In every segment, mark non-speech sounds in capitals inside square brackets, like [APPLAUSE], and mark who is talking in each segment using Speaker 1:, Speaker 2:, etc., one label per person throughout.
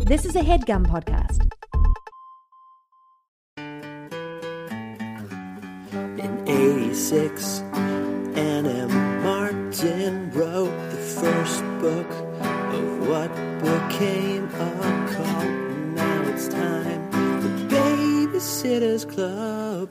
Speaker 1: This is a headgum podcast.
Speaker 2: In 86, Anna Martin wrote the first book of what became a cult. Now it's time for Babysitter's Club.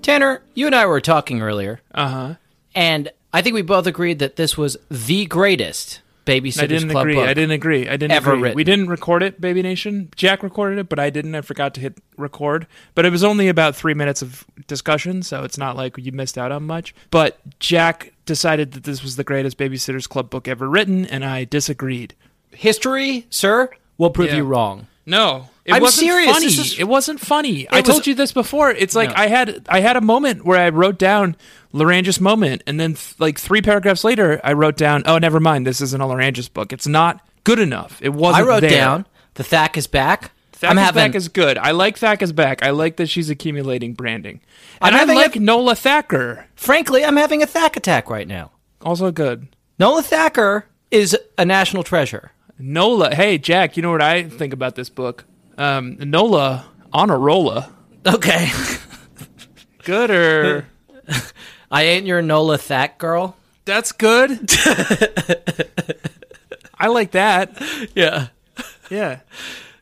Speaker 3: Tanner, you and I were talking earlier,
Speaker 4: Uh huh.
Speaker 3: and I think we both agreed that this was the greatest Babysitter's
Speaker 4: I didn't
Speaker 3: Club
Speaker 4: agree.
Speaker 3: book.
Speaker 4: I didn't agree. I didn't
Speaker 3: ever
Speaker 4: agree.
Speaker 3: written.
Speaker 4: We didn't record it, Baby Nation. Jack recorded it, but I didn't. I forgot to hit record. But it was only about three minutes of discussion, so it's not like you missed out on much. But Jack decided that this was the greatest Babysitters Club book ever written, and I disagreed.
Speaker 3: History, sir, will prove
Speaker 4: Yeah.
Speaker 3: you wrong.
Speaker 4: No, it
Speaker 3: I'm
Speaker 4: wasn't
Speaker 3: serious.
Speaker 4: funny.
Speaker 3: This is-
Speaker 4: It wasn't funny. I
Speaker 3: was-
Speaker 4: told you this before. It's like
Speaker 3: No.
Speaker 4: I had I had a moment where I wrote down Larangis moment, and then th- like three paragraphs later, I wrote down, oh, never mind. This isn't a Larangis book. It's not good enough. It
Speaker 3: I
Speaker 4: wasn't.
Speaker 3: wrote
Speaker 4: there.
Speaker 3: down the Thack is back.
Speaker 4: Thackus
Speaker 3: I'm having
Speaker 4: back is good. I like Thackus back. I like that she's accumulating branding, and
Speaker 3: I'm
Speaker 4: I
Speaker 3: having
Speaker 4: like
Speaker 3: a-
Speaker 4: Nola Thacker.
Speaker 3: frankly, I'm having a Thack attack right now.
Speaker 4: Also good.
Speaker 3: Nola Thacker is a national treasure.
Speaker 4: Nola. Hey Jack, you know what I think about this book? Um, Nola on a rolla.
Speaker 3: Okay.
Speaker 4: Good or
Speaker 3: [LAUGHS] I ain't your Nola Thack girl.
Speaker 4: that's good. [LAUGHS] I like that.
Speaker 3: Yeah.
Speaker 4: Yeah.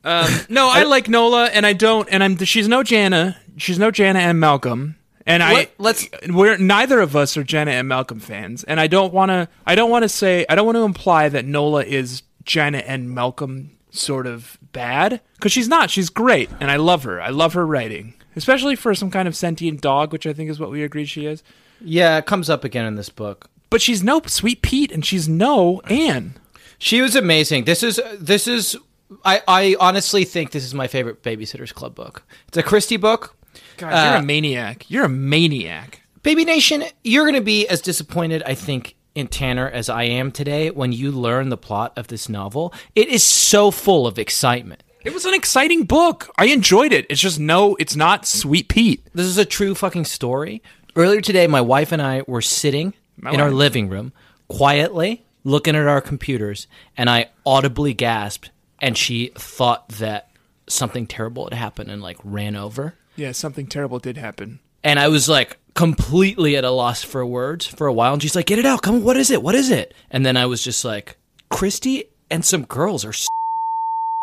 Speaker 4: Um, no, I like Nola, and I don't, and I'm. She's no Jana. She's no Jana and Malcolm. And I
Speaker 3: Let- let's-
Speaker 4: We're neither of us are Jana and Malcolm fans, and I don't want to. I don't want to say. I don't want to imply that Nola is Jana and Malcolm sort of bad because she's not. She's great, and I love her. I love her writing, especially for some kind of sentient dog, which I think is what we agreed she is.
Speaker 3: Yeah, it comes up again in this book.
Speaker 4: But she's no Sweet Pete, and she's no Anne.
Speaker 3: She was amazing. This is this is I I honestly think this is my favorite Babysitters Club book. It's a Christie book.
Speaker 4: God,
Speaker 3: Uh,
Speaker 4: you're a maniac. You're a maniac.
Speaker 3: Baby Nation, you're going to be as disappointed I think in Tanner as I am today when you learn the plot of this novel. It is so full of excitement.
Speaker 4: It was an exciting book. I enjoyed it. It's just no, it's not Sweet Pete.
Speaker 3: This is a true fucking story. Earlier today, my wife and I were sitting in our
Speaker 4: wife.
Speaker 3: living room quietly looking at our computers, and I audibly gasped, and she thought that something terrible had happened and like ran over.
Speaker 4: Yeah, something terrible did happen.
Speaker 3: And I was like completely at a loss for words for a while. And she's like, get it out. Come on. What is it? What is it? And then I was just like, Christy and some girls are. S-.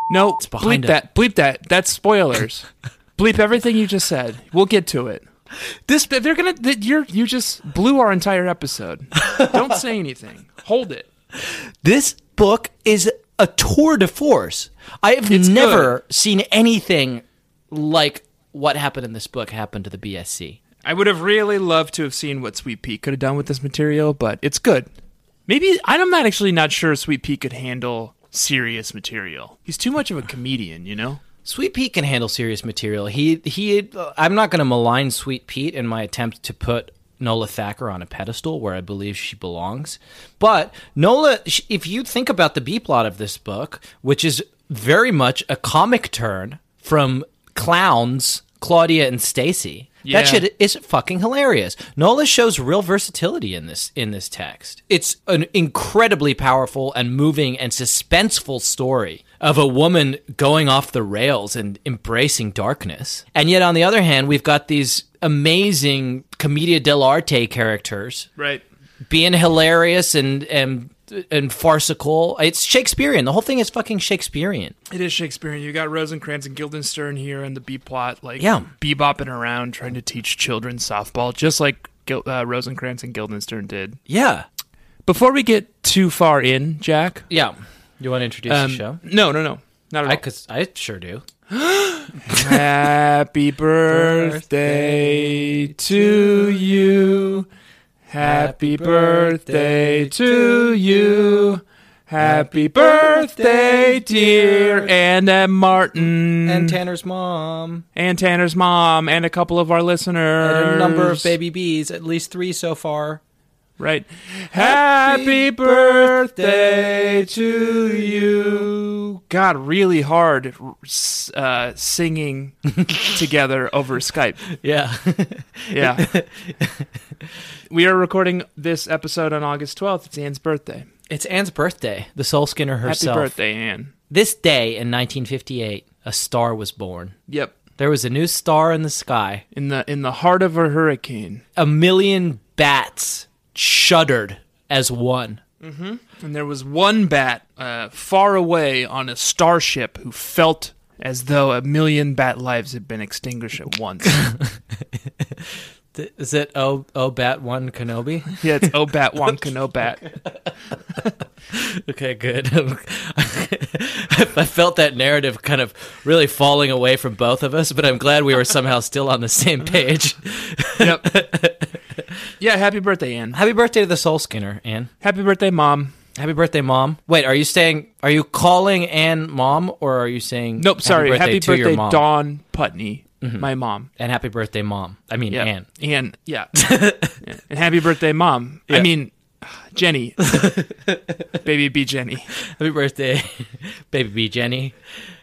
Speaker 4: No,
Speaker 3: behind us.
Speaker 4: bleep that. Bleep that. That's [LAUGHS] spoilers. bleep everything you just said. We'll get to it. This they're gonna. that You're you just blew our entire episode. Don't say anything. Hold it.
Speaker 3: This book is a tour de force. I have
Speaker 4: It's
Speaker 3: never seen anything like what happened in this book happened to the BSC.
Speaker 4: I would have really loved to have seen what Sweet Pea could have done with this material, but it's good. Maybe I'm not actually not sure Sweet Pea could handle serious material. He's too much of a comedian, you know.
Speaker 3: Sweet Pete can handle serious material. He he. I'm not going to malign Sweet Pete in my attempt to put Nola Thacker on a pedestal where I believe she belongs. But Nola, sh- if you think about the B plot of this book, which is very much a comic turn from clowns Claudia and Stacy,
Speaker 4: Yeah.
Speaker 3: that shit is fucking hilarious. Nola shows real versatility in this in this text. It's an incredibly powerful and moving and suspenseful story of a woman going off the rails and embracing darkness. And yet on the other hand, we've got these amazing commedia dell'arte characters
Speaker 4: Right.
Speaker 3: being hilarious and and and farcical. It's Shakespearean. The whole thing is fucking Shakespearean.
Speaker 4: It is Shakespearean. You got Rosencrantz and Guildenstern here and the B plot, like
Speaker 3: Yeah.
Speaker 4: bebopping around trying to teach children softball, just like Gil- uh, Rosencrantz and Guildenstern did.
Speaker 3: Yeah.
Speaker 4: Before we get too far in, Jack.
Speaker 3: Yeah. You want to introduce
Speaker 4: um,
Speaker 3: the show?
Speaker 4: No, no, no. Not
Speaker 3: I
Speaker 4: at
Speaker 3: cause I sure do.
Speaker 4: all. [LAUGHS] Happy birthday to you. Happy birthday to you. Happy birthday, dear Anna Martin.
Speaker 3: And Tanner's mom.
Speaker 4: and Tanner's mom and a couple of our listeners.
Speaker 3: And a number of baby bees, at least three so far.
Speaker 4: Right. Happy birthday to you. God, really hard s- uh,
Speaker 3: [LAUGHS]
Speaker 4: singing together over Skype.
Speaker 3: Yeah. [LAUGHS]
Speaker 4: Yeah. we are recording this episode on August 12th. It's Anne's birthday.
Speaker 3: it's Anne's birthday. The soul skinner herself.
Speaker 4: Happy birthday, Anne.
Speaker 3: This day in 1958, a star was born.
Speaker 4: Yep.
Speaker 3: There was a new star in the sky.
Speaker 4: In the in the heart of a hurricane,
Speaker 3: A million bats shuddered as one.
Speaker 4: and there was one bat uh, far away on a starship who felt as though a million bat lives had been extinguished at
Speaker 3: [LAUGHS]
Speaker 4: once.
Speaker 3: Th- Is it O O Bat One Kenobi?
Speaker 4: yeah, it's O bat Wonka no bat.
Speaker 3: [LAUGHS] Okay, good. [LAUGHS] I felt that narrative kind of really falling away from both of us, but I'm glad we were somehow still on the same page.
Speaker 4: Yep. Yeah, happy birthday,
Speaker 3: [LAUGHS]
Speaker 4: Anne.
Speaker 3: Happy birthday to the Soul Skinner, Anne.
Speaker 4: Happy birthday, mom.
Speaker 3: Happy birthday, mom. Wait, are you saying? Are you calling Anne mom, or are you saying?
Speaker 4: Nope, sorry. Happy birthday,
Speaker 3: to your mom Mm-hmm.
Speaker 4: Dawn Putney, my mom.
Speaker 3: and happy birthday, mom. I mean,
Speaker 4: Yeah.
Speaker 3: Anne.
Speaker 4: Anne,
Speaker 3: [LAUGHS]
Speaker 4: yeah. Yeah. And happy birthday, mom. I
Speaker 3: Yeah.
Speaker 4: mean,
Speaker 3: [LAUGHS]
Speaker 4: Jenny. Baby B Jenny.
Speaker 3: Happy birthday, [LAUGHS] baby bee Jenny,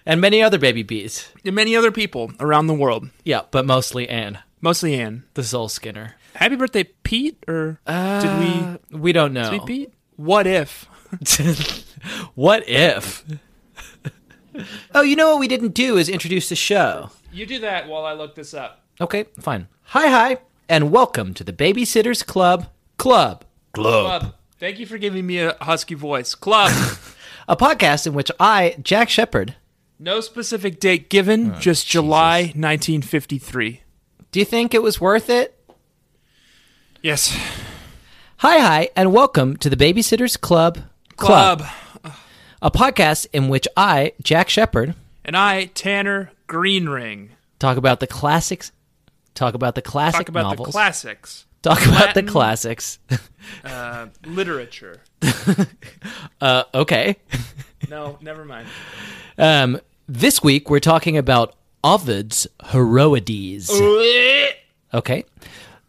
Speaker 3: and many other baby bees.
Speaker 4: And many other people around the world,
Speaker 3: Yeah, but mostly Anne,
Speaker 4: mostly Anne.
Speaker 3: the Soul Skinner.
Speaker 4: Happy birthday, Pete, or did we.
Speaker 3: We don't know.
Speaker 4: Did
Speaker 3: [LAUGHS]
Speaker 4: we Pete? What if?
Speaker 3: what if? oh, you know what we didn't do is introduce the show.
Speaker 4: You do that while I look this up.
Speaker 3: Okay, fine. Hi, hi, and welcome to the Babysitters Club. Club.
Speaker 4: Club. Thank you for giving me a husky voice. Club.
Speaker 3: [LAUGHS] A podcast in which I, Jack Shepard,
Speaker 4: no specific date
Speaker 3: Oh,
Speaker 4: given, just July 1953.
Speaker 3: do you think it was worth it?
Speaker 4: Yes.
Speaker 3: Hi, hi, and welcome to the Babysitters Club.
Speaker 4: Club.
Speaker 3: A podcast in which I, Jack Shepard,
Speaker 4: And I, Tanner Greenring.
Speaker 3: talk about the classics. Talk about the classic
Speaker 4: Talk about
Speaker 3: novels.
Speaker 4: the classics,
Speaker 3: talk about
Speaker 4: Latin.
Speaker 3: the classics.
Speaker 4: uh, literature.
Speaker 3: Uh, okay.
Speaker 4: No, never mind.
Speaker 3: [LAUGHS] Um, this week we're talking about Ovid's Heroides. Okay.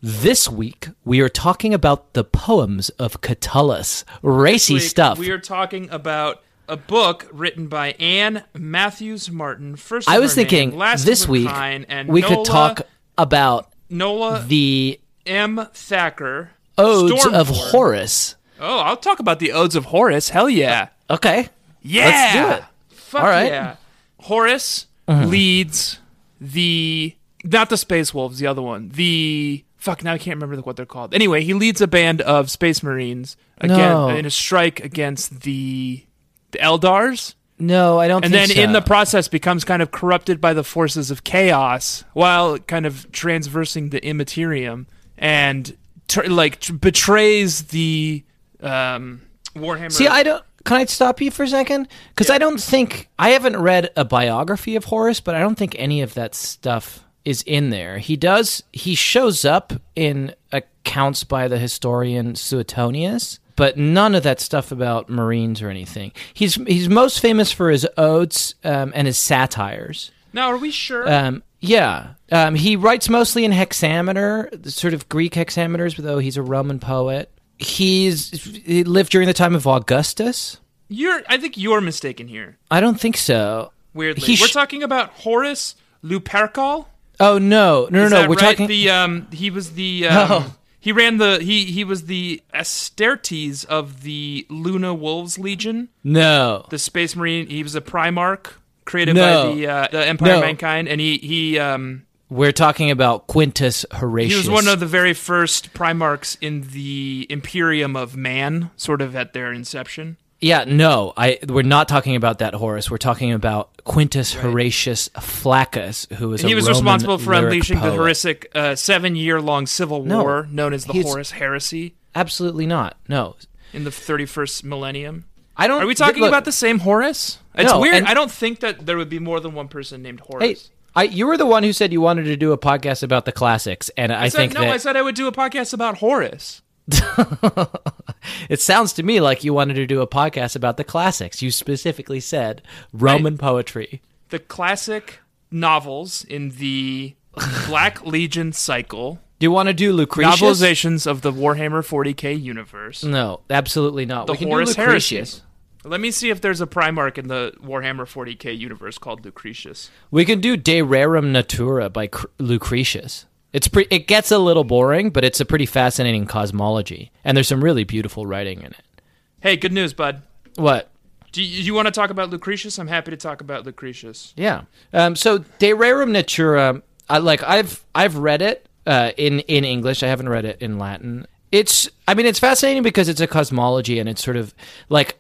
Speaker 3: This week we are talking about the poems of Catullus. Racy
Speaker 4: Week,
Speaker 3: stuff.
Speaker 4: We are talking about a book written by Anne Matthews Martin. First, of
Speaker 3: I was
Speaker 4: her name,
Speaker 3: thinking
Speaker 4: last of
Speaker 3: this
Speaker 4: her
Speaker 3: week
Speaker 4: kind, and
Speaker 3: we
Speaker 4: Nola,
Speaker 3: could talk about
Speaker 4: Nola
Speaker 3: the
Speaker 4: M. Thacker.
Speaker 3: Odes of
Speaker 4: Stormborn.
Speaker 3: Horace.
Speaker 4: Oh, I'll talk about the Odes of Horace. Hell yeah.
Speaker 3: Okay.
Speaker 4: Yeah.
Speaker 3: do it.
Speaker 4: Fuck
Speaker 3: All right. Uh-huh.
Speaker 4: yeah. Horace leads the not the Space Wolves, the other one. The fuck now I can't remember what they're called. Anyway, he leads a band of Space Marines again
Speaker 3: No.
Speaker 4: in a strike against the the Eldars.
Speaker 3: No, I don't
Speaker 4: And
Speaker 3: think
Speaker 4: then
Speaker 3: so.
Speaker 4: in the process becomes kind of corrupted by the forces of chaos while kind of transversing the immaterium and tr like tr- betrays the um, Warhammer.
Speaker 3: See, I don't. Can I stop you for a second? Because I don't think I haven't read a biography of Horace, but I don't think any of that stuff is in there. He does. He shows up in accounts by the historian Suetonius, but none of that stuff about Marines or anything. He's he's most famous for his odes um, and his satires.
Speaker 4: now are we sure?
Speaker 3: Um, yeah. Um, he writes mostly in hexameter, sort of Greek hexameters, though he's a Roman poet. He's he lived during the time of Augustus.
Speaker 4: You're I think you're mistaken here.
Speaker 3: I don't think so.
Speaker 4: Weirdly.
Speaker 3: He
Speaker 4: We're
Speaker 3: sh-
Speaker 4: talking about Horace Lupercal.
Speaker 3: Oh no, no, no,
Speaker 4: Is
Speaker 3: no.
Speaker 4: that
Speaker 3: We're
Speaker 4: right?
Speaker 3: talking.
Speaker 4: the um he was the um,
Speaker 3: Oh.
Speaker 4: he ran the he he was the Astertes of the Luna Wolves Legion,
Speaker 3: no,
Speaker 4: the Space Marine. He was a Primarch created
Speaker 3: No.
Speaker 4: by the uh, the Empire
Speaker 3: No.
Speaker 4: of Mankind and he he um
Speaker 3: we're talking about Quintus Horatius.
Speaker 4: he was one of the very first Primarchs in the Imperium of Man, sort of at their inception.
Speaker 3: Yeah, no, I. We're not talking about that Horace. We're talking about Quintus Horatius Flaccus, who is.
Speaker 4: He
Speaker 3: a
Speaker 4: was
Speaker 3: Roman
Speaker 4: responsible for
Speaker 3: lyric
Speaker 4: unleashing
Speaker 3: poet.
Speaker 4: the horrific uh, seven-year-long civil
Speaker 3: No.
Speaker 4: war known as the
Speaker 3: He's-
Speaker 4: Horus Heresy
Speaker 3: Absolutely not. No,
Speaker 4: in the 31st millennium.
Speaker 3: I don't.
Speaker 4: Are we talking
Speaker 3: look,
Speaker 4: about the same Horus? It's
Speaker 3: No,
Speaker 4: weird.
Speaker 3: and-
Speaker 4: I don't think that there would be more than one person named Horus.
Speaker 3: Hey, I. You were the one who said you wanted to do a podcast about the classics, and I,
Speaker 4: I, said,
Speaker 3: think
Speaker 4: no,
Speaker 3: that
Speaker 4: I said I would do a podcast about Horus.
Speaker 3: it sounds to me like you wanted to do a podcast about the classics. You specifically said Roman poetry.
Speaker 4: The classic novels in the Black Legion cycle,
Speaker 3: Do you want to do Lucretius?
Speaker 4: novelizations of the Warhammer 40K universe.
Speaker 3: No, absolutely not. Mm.
Speaker 4: The
Speaker 3: we can
Speaker 4: Horus
Speaker 3: do Lucretius.
Speaker 4: Heresy. Let me see if there's a Primarch in the Warhammer 40K universe called Lucretius.
Speaker 3: We can do De Rerum Natura by Cr- Lucretius. It's pre- it gets a little boring, but it's a pretty fascinating cosmology, and there's some really beautiful writing in it.
Speaker 4: Hey, good news, bud.
Speaker 3: What?
Speaker 4: Do you, you want to talk about Lucretius? I'm happy to talk about Lucretius.
Speaker 3: Yeah. Um, so De Rerum Natura, I like I've I've read it uh, in in English. I haven't read it in Latin. It's I mean it's fascinating because it's a cosmology and it's sort of like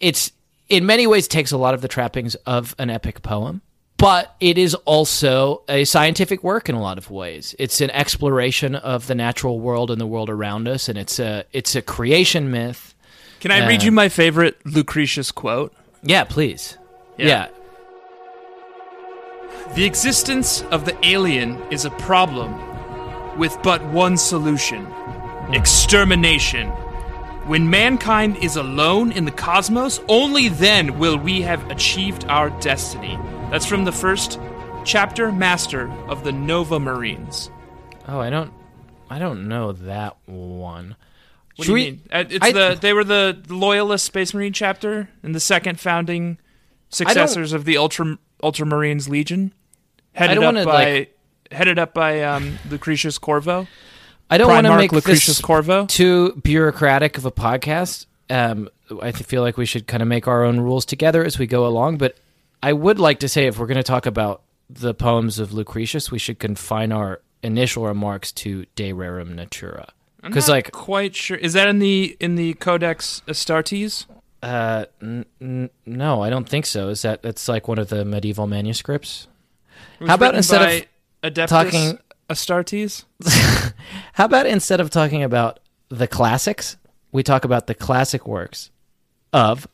Speaker 3: it's in many ways takes a lot of the trappings of an epic poem, but it is also a scientific work in a lot of ways. It's an exploration of the natural world and the world around us, and it's a it's a creation myth.
Speaker 4: Can I
Speaker 3: Uh,
Speaker 4: read you my favorite Lucretius quote?
Speaker 3: Yeah, please. yeah.
Speaker 4: The existence of the alien is a problem with but one solution extermination. When mankind is alone in the cosmos, only then will we have achieved our destiny. That's from the first chapter master of the Nova Marines.
Speaker 3: Oh, I don't, I don't know that one.
Speaker 4: What
Speaker 3: Should
Speaker 4: do
Speaker 3: we-
Speaker 4: you mean? Uh, It's
Speaker 3: I-
Speaker 4: the they were the loyalist space marine chapter and the second founding successors of the ultra ultramarines legion, headed
Speaker 3: don't wanna,
Speaker 4: up by headed up by um, Lucretius Corvo.
Speaker 3: I don't want to
Speaker 4: Primarch
Speaker 3: make
Speaker 4: Lucretius
Speaker 3: this
Speaker 4: Corvo?
Speaker 3: too bureaucratic of a podcast. Um, I th- feel like we should kind of make our own rules together as we go along. But I would like to say, if we're going to talk about the poems of Lucretius, we should confine our initial remarks to De Rerum Natura. Because, like,
Speaker 4: Quite sure is that in the in the Codex Astartes?
Speaker 3: uh, n- n- no, I don't think so. Is that that's like one of the medieval manuscripts? How about instead of
Speaker 4: of Adeptus
Speaker 3: talking-
Speaker 4: Astartes?
Speaker 3: How about instead of talking about the classics, we talk about the classic works of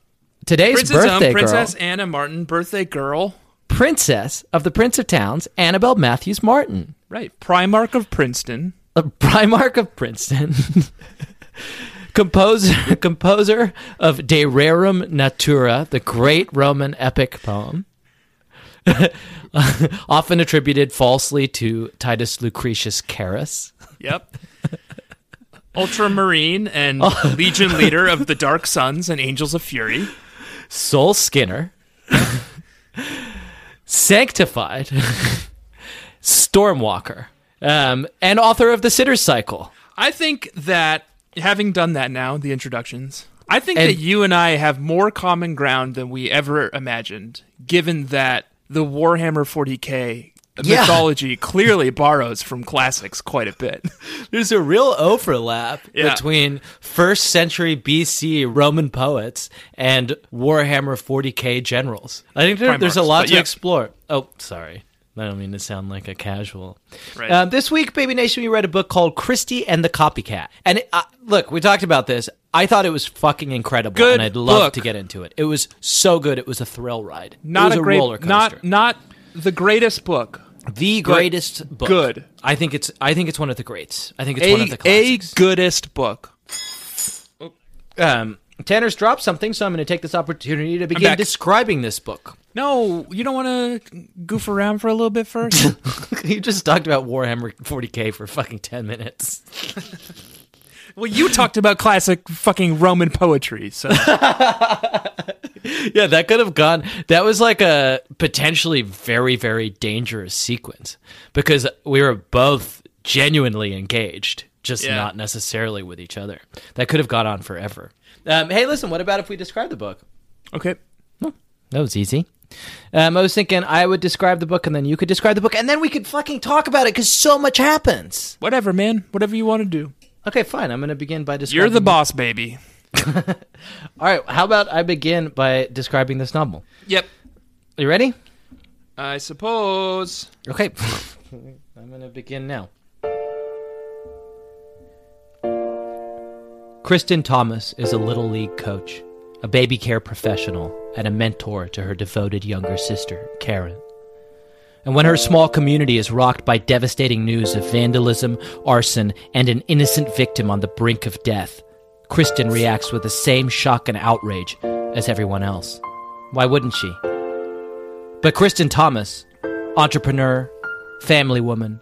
Speaker 3: today's
Speaker 4: Princess, um,
Speaker 3: birthday girl,
Speaker 4: Princess Anna Martin, birthday girl,
Speaker 3: Princess of the Prince of Towns, Annabelle Matthews Martin,
Speaker 4: right? Primarch of Princeton.
Speaker 3: a Primarch of Princeton, [LAUGHS] composer [LAUGHS] composer of De Rerum Natura, the great Roman epic poem. [LAUGHS] Often attributed falsely to Titus Lucretius Carus.
Speaker 4: Yep. Ultramarine
Speaker 3: [LAUGHS]
Speaker 4: and
Speaker 3: Oh.
Speaker 4: Legion leader of the Dark Suns and Angels of Fury.
Speaker 3: Soul Skinner, Sanctified, [LAUGHS] Stormwalker, um, and author of The Sitter's Cycle.
Speaker 4: I think that having done that now, the introductions, I think
Speaker 3: And-
Speaker 4: that you and I have more common ground than we ever imagined, given that the Warhammer 40K
Speaker 3: Yeah.
Speaker 4: mythology clearly borrows from classics quite a
Speaker 3: [LAUGHS]
Speaker 4: bit.
Speaker 3: There's a real overlap
Speaker 4: Yeah.
Speaker 3: between first century BC Roman poets and Warhammer 40k generals. I think there, there's a
Speaker 4: Primarchs,
Speaker 3: lot
Speaker 4: but
Speaker 3: to
Speaker 4: yeah.
Speaker 3: explore. Oh, sorry. I don't mean to sound like a casual.
Speaker 4: Right.
Speaker 3: Um, this week, Baby Nation, we read a book called Christie and the Copycat. And it, uh, look, we talked about this. I thought it was fucking incredible,
Speaker 4: Good
Speaker 3: and I'd love
Speaker 4: book.
Speaker 3: to get into it. It was so good. It was a thrill ride. it
Speaker 4: Not
Speaker 3: was
Speaker 4: a great,
Speaker 3: roller coaster.
Speaker 4: not not the greatest book.
Speaker 3: the greatest book.
Speaker 4: good.
Speaker 3: I think it's. I think it's one of the greats. I think it's
Speaker 4: A,
Speaker 3: one of the
Speaker 4: a
Speaker 3: classics.
Speaker 4: goodest book.
Speaker 3: um, Tanner's dropped something, so I'm going to take this opportunity to begin
Speaker 4: back.
Speaker 3: describing this book.
Speaker 4: No, you don't want to goof around for a little bit first.
Speaker 3: [LAUGHS]
Speaker 4: [LAUGHS]
Speaker 3: you just talked about Warhammer 40k for fucking 10 minutes. [LAUGHS]
Speaker 4: Well, you talked about classic fucking Roman poetry, [LAUGHS] so
Speaker 3: Yeah, that could have gone. That was like a potentially very, very dangerous sequence because we were both genuinely engaged, just
Speaker 4: Yeah.
Speaker 3: not necessarily with each other. That could have gone on forever. Um, hey, listen, what about if we describe the book?
Speaker 4: okay.
Speaker 3: That was easy. Um, I was thinking I would describe the book and then you could describe the book and then we could fucking talk about it because so much happens.
Speaker 4: Whatever, man. Whatever you want to do.
Speaker 3: Okay, fine. I'm going to begin by describing.
Speaker 4: You're the boss, baby.
Speaker 3: All right. How about I begin by describing this novel?
Speaker 4: Yep.
Speaker 3: You ready?
Speaker 4: I suppose.
Speaker 3: Okay. [LAUGHS] I'm going to begin now. Kristen Thomas is a Little League coach, a baby care professional, and a mentor to her devoted younger sister, Karen. And when her small community is rocked by devastating news of vandalism, arson, and an innocent victim on the brink of death, Kristen reacts with the same shock and outrage as everyone else. Why wouldn't she? But Kristen Thomas, entrepreneur, family woman,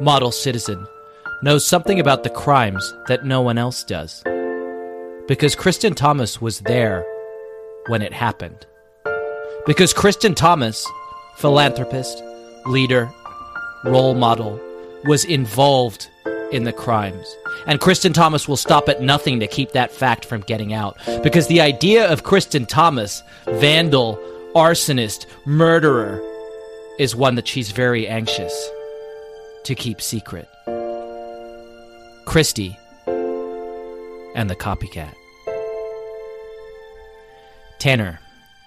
Speaker 3: model citizen, knows something about the crimes that no one else does. Because Kristen Thomas was there when it happened. Because Kristen Thomas, philanthropist, leader, role model, was involved in the crimes. And Kristen Thomas will stop at nothing to keep that fact from getting out. Because the idea of Kristen Thomas, vandal, arsonist, murderer, is one that she's very anxious to keep secret. Christie and the copycat. Tanner,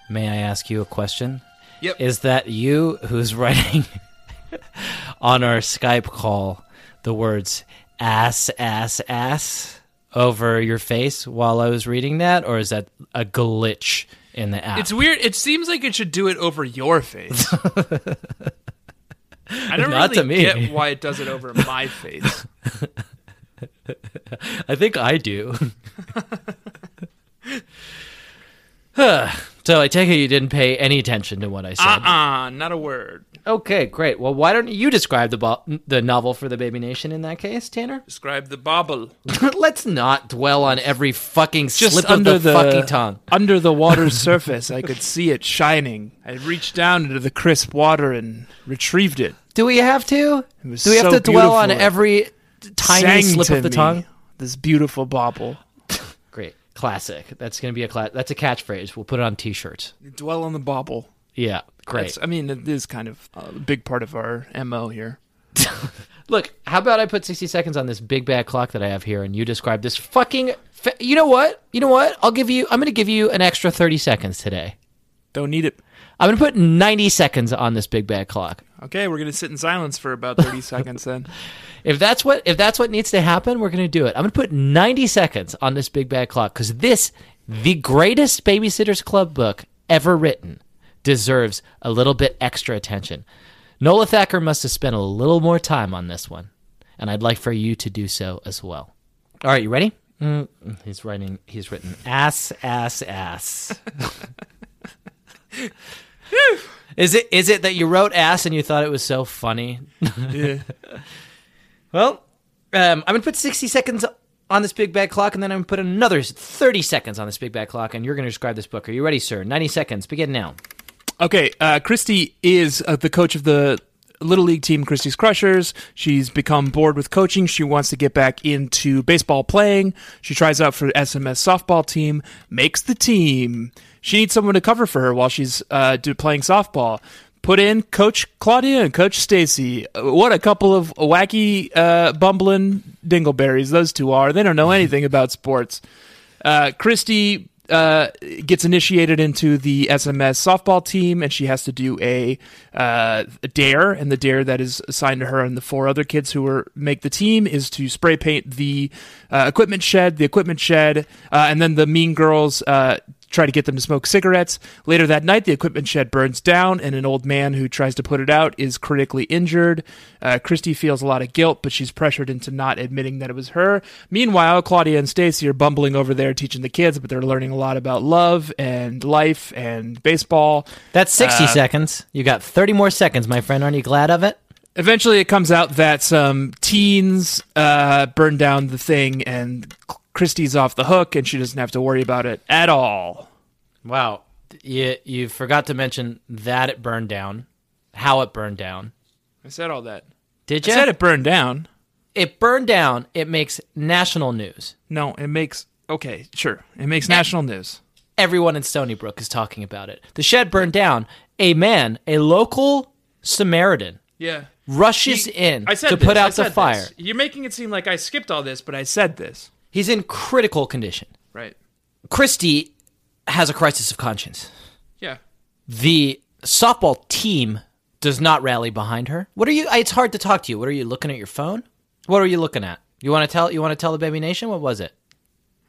Speaker 3: may I ask you a question?
Speaker 4: Yep.
Speaker 3: Is that you who's [LAUGHS] writing on our Skype call the words ass, ass, ass over your face while I was reading that? Or is that a glitch in the app?
Speaker 4: It's weird. It seems like it should do it over your [LAUGHS] face. I don't
Speaker 3: Not
Speaker 4: really
Speaker 3: to me.
Speaker 4: get why it does it over
Speaker 3: [LAUGHS]
Speaker 4: my face.
Speaker 3: I think I do. [SIGHS] Huh. so I take it you didn't pay any attention to what I said.
Speaker 4: Uh-uh, not a word.
Speaker 3: Okay, great. Well, why don't you describe the bo- the novel for the Baby Nation in that case, Tanner? [LAUGHS]
Speaker 4: Describe the bobble.
Speaker 3: Let's not dwell on every fucking slip of the, fucking tongue.
Speaker 4: [LAUGHS] Under the water's surface, I could see it shining. I reached down into the crisp water and retrieved it.
Speaker 3: Do we have to?
Speaker 4: It was
Speaker 3: Do we have to
Speaker 4: so
Speaker 3: dwell on
Speaker 4: beautiful.
Speaker 3: every t- tiny
Speaker 4: Sang
Speaker 3: slip
Speaker 4: to
Speaker 3: of the
Speaker 4: me,
Speaker 3: tongue?
Speaker 4: This beautiful bobble.
Speaker 3: Great. Classic. That's going to be a cla- that's a catchphrase. We'll put it on t-shirts.
Speaker 4: Dwell on the bobble.
Speaker 3: Yeah, great.
Speaker 4: That's- I mean, it is kind of a big part of our MO here.
Speaker 3: Look, how about I put 60 seconds on this big bad clock that I have here and you describe this fucking. Fa- you know what? You know what? I'll give you. I'm going to give you an extra 30 seconds today.
Speaker 4: Don't need it.
Speaker 3: I'm going to put 90 seconds on this big bad clock.
Speaker 4: Okay, we're gonna sit in silence for
Speaker 3: [LAUGHS]
Speaker 4: about thirty seconds then.
Speaker 3: If that's what if that's what needs to happen, we're going to do it. I'm going to put 90 seconds on this big bad clock cuz this the greatest babysitters club book ever written deserves a little bit extra attention. Nola Thacker must have spent a little more time on this one, and I'd like for you to do so as well. All right, you ready? Mm, he's writing he's written ass ass ass. [LAUGHS] Is it is it that you wrote ass and you thought it was so funny well, um, I'm gonna put 60 seconds on this big bad clock, and then I'm gonna put another 30 seconds on this big bad clock, and you're gonna describe this book. Are you ready, sir? 90 seconds. Begin now.
Speaker 4: Okay, uh, Christy is uh, the coach of the little league team, Christy's Crushers. She's become bored with coaching. She wants to get back into baseball playing. She tries out for SMS softball team, makes the team. She needs someone to cover for her while she's uh, do, playing softball. Put in Coach Claudia and Coach Stacy. Uh, What a couple of wacky, uh, bumbling dingleberries those two are. They don't know anything about sports. Uh, Christy uh, gets initiated into the SMS softball team, and she has to do a, uh, a dare. And the dare that is assigned to her and the four other kids who are make the team is to spray paint the uh, equipment shed, the equipment shed, uh, and then the mean girls. Uh, Try to get them to smoke cigarettes. Later that night, the equipment shed burns down, and an old man who tries to put it out is critically injured. Uh, Christy feels a lot of guilt, but she's pressured into not admitting that it was her. Meanwhile, Claudia and Stacy are bumbling over there teaching the kids, but they're learning a lot about love and life and baseball.
Speaker 3: That's 60 seconds. You got 30 more seconds, my friend. Aren't you glad of it?
Speaker 4: Eventually, it comes out that some teens uh, burn down the thing, and Christy's off the hook, and she doesn't have to worry about it at all.
Speaker 3: Wow. You, you forgot to mention that it burned down, how it burned down.
Speaker 4: I said all that.
Speaker 3: Did
Speaker 4: I
Speaker 3: you?
Speaker 4: said it burned down.
Speaker 3: it burned down. It makes national news.
Speaker 4: No, it makes okay, sure. It makes national news.
Speaker 3: everyone in Stony Brook is talking about it. The shed burned down. A man, a local Samaritan,
Speaker 4: Yeah.
Speaker 3: rushes in to put out the fire.
Speaker 4: You're making it seem like I skipped all this, but I said this.
Speaker 3: He's in critical condition.
Speaker 4: Right.
Speaker 3: Christie has a crisis of conscience.
Speaker 4: Yeah.
Speaker 3: The softball team does not rally behind her. What are you? It's hard to talk to you. What are you looking at your phone? What are you looking at? You want to tell? You want to tell the baby nation? What was it?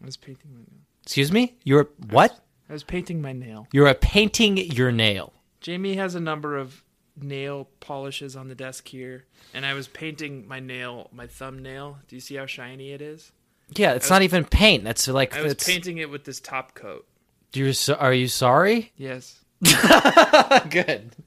Speaker 4: I was painting my nail.
Speaker 3: Excuse me. You're what?
Speaker 4: I was painting my nail.
Speaker 3: You're a painting your nail.
Speaker 4: Jamie has a number of nail polishes on the desk here, and I was painting my nail, my thumbnail. Do you see how shiny it is?
Speaker 3: Yeah, it's not even paint. That's like.
Speaker 4: I was
Speaker 3: It's,
Speaker 4: painting it with this top coat.
Speaker 3: you're so, are you sorry?
Speaker 4: Yes.
Speaker 3: Good. [LAUGHS]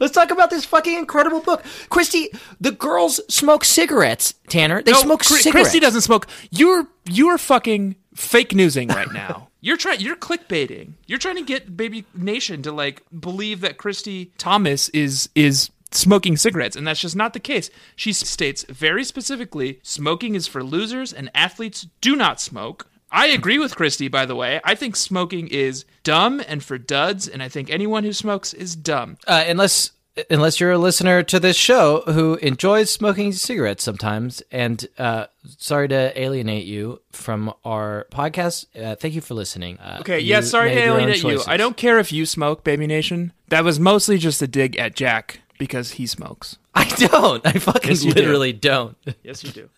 Speaker 3: Let's talk about this fucking incredible book. Christy, the girls smoke cigarettes, Tanner. They smoke
Speaker 4: Chri-
Speaker 3: cigarettes.
Speaker 4: Christy doesn't smoke. You're you're fucking fake newsing right now. [LAUGHS] you're trying. You're clickbaiting. You're trying to get Baby Nation to like believe that Christy Thomas is is smoking cigarettes, and that's just not the case. She states very specifically smoking is for losers and athletes do not smoke. I agree with Christy, by the way. I think smoking is dumb and for duds, and I think anyone who smokes is dumb.
Speaker 3: Uh, unless unless you're a listener to this show who enjoys smoking cigarettes sometimes. And uh, sorry to alienate you from our podcast. Uh, thank you for listening. Uh,
Speaker 4: Okay,
Speaker 3: you
Speaker 4: yeah, sorry to
Speaker 3: made your own
Speaker 4: alienate you.
Speaker 3: choices. [LAUGHS]
Speaker 4: I don't care if you smoke, Baby Nation. That was mostly just a dig at Jack because he smokes.
Speaker 3: I don't. I fucking
Speaker 4: Yes, you do.
Speaker 3: literally don't.
Speaker 4: Yes,
Speaker 3: [LAUGHS]
Speaker 4: you do.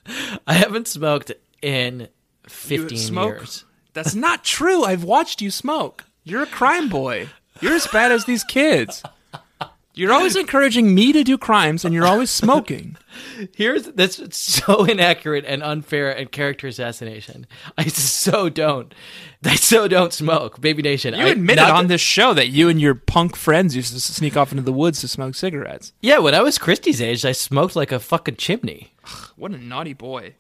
Speaker 3: I haven't smoked in 15 years.
Speaker 4: That's not true. I've watched you smoke. You're a crime boy. You're as bad as these kids. You're always encouraging me to do crimes, and you're
Speaker 3: [LAUGHS]
Speaker 4: always smoking.
Speaker 3: Here's that's so [LAUGHS] inaccurate and unfair and character assassination. I so don't. I so don't smoke, Baby Nation.
Speaker 4: You
Speaker 3: I-
Speaker 4: admitted
Speaker 3: not
Speaker 4: on
Speaker 3: that-
Speaker 4: this show that you and your punk friends used to s- sneak off into the woods to smoke cigarettes.
Speaker 3: Yeah, when I was Christie's age, I smoked like a fucking chimney.
Speaker 4: What a naughty boy.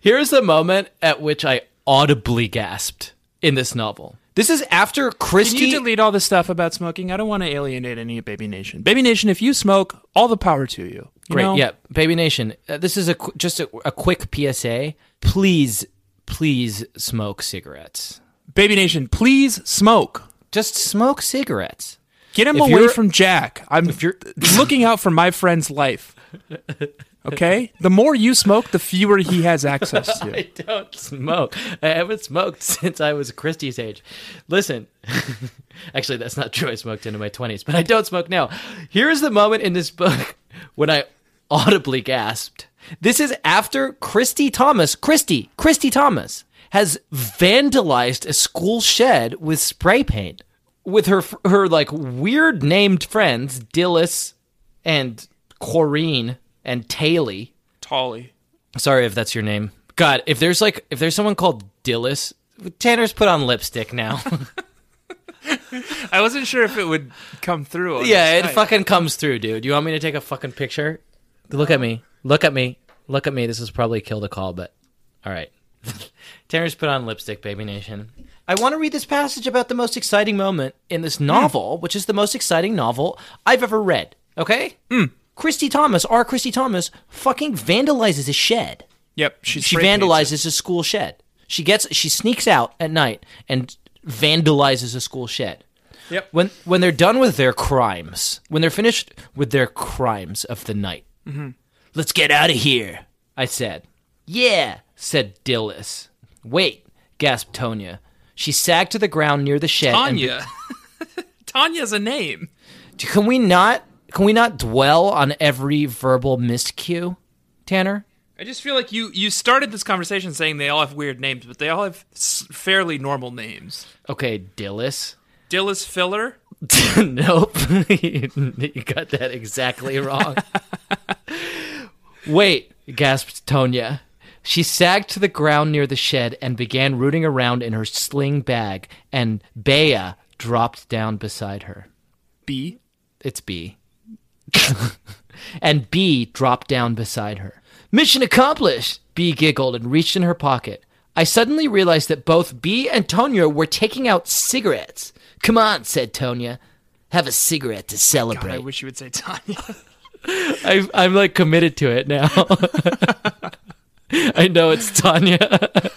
Speaker 3: Here's the moment at which I audibly gasped in this novel. This is after
Speaker 4: Can
Speaker 3: Christie.
Speaker 4: you delete all the stuff about smoking? I don't want to alienate any Baby Nation. Baby Nation, if you smoke, all the power to you. you
Speaker 3: Great,
Speaker 4: know?
Speaker 3: yeah, Baby Nation. Uh, this is a qu- just a, a quick PSA. Please, please smoke cigarettes.
Speaker 4: Baby Nation, please smoke.
Speaker 3: Just smoke cigarettes.
Speaker 4: Get him
Speaker 3: If
Speaker 4: away
Speaker 3: you're-
Speaker 4: from Jack. I'm
Speaker 3: If you're-
Speaker 4: [LAUGHS] looking out for my friend's life. Okay? The more you smoke, the fewer he has
Speaker 3: [LAUGHS]
Speaker 4: access to.
Speaker 3: I don't smoke. I haven't smoked since I was Christie's age. Listen, [LAUGHS] actually, that's not true. I smoked into my 20s, but I don't smoke now. Here's the moment in this book [LAUGHS] when I audibly gasped. This is after Christy Thomas, Christy, Christy Thomas, has vandalized a school shed with spray paint with her her like weird named friends Dillis and Corrine and Taylor.
Speaker 4: [LAUGHS] Tolly.
Speaker 3: Sorry if that's your name. God, if there's like if there's someone called Dillis, Tanner's put on lipstick now. [LAUGHS]
Speaker 4: I wasn't sure if it would come through. on
Speaker 3: yeah, it
Speaker 4: this site.
Speaker 3: fucking comes through, dude. You want me to take a fucking picture? Look at me. Look at me. Look at me. This is probably kill the call, but all right. [LAUGHS] Tanner's put on lipstick, baby nation. I want to read this passage about the most exciting moment in this novel, which is the most exciting novel I've ever read. Okay? Christy Thomas, R. Christy Thomas, fucking vandalizes a shed.
Speaker 4: Yep. She,
Speaker 3: she
Speaker 4: spray paints it.
Speaker 3: vandalizes a school shed. She gets she sneaks out at night and vandalizes a school shed.
Speaker 4: Yep.
Speaker 3: When when they're done with their crimes, when they're finished with their crimes of the night, let's get out of here. I said. Yeah, said Dillis. Wait, gasped Tonya. She sagged to the ground near the shed. and-
Speaker 4: Tanya. [LAUGHS] Tanya's a name.
Speaker 3: can we not? Can we not dwell on every verbal miscue, Tanner?
Speaker 4: I just feel like you you started this conversation saying they all have weird names, but they all have s- fairly normal names.
Speaker 3: Okay, Dillis.
Speaker 4: Dillis Filler.
Speaker 3: [LAUGHS] nope. you you got that exactly wrong. Wait, gasped Tonya. She sagged to the ground near the shed and began rooting around in her sling bag, and Bea dropped down beside her.
Speaker 4: B.
Speaker 3: It's B. [LAUGHS] and B dropped down beside her. Mission accomplished! B giggled and reached in her pocket. I suddenly realized that both B and Tonya were taking out cigarettes. Come on, said Tonya. Have a cigarette to celebrate.
Speaker 4: I wish you would say Tanya. [LAUGHS]
Speaker 3: I, I'm like committed to it now. [LAUGHS] I know it's Tanya. but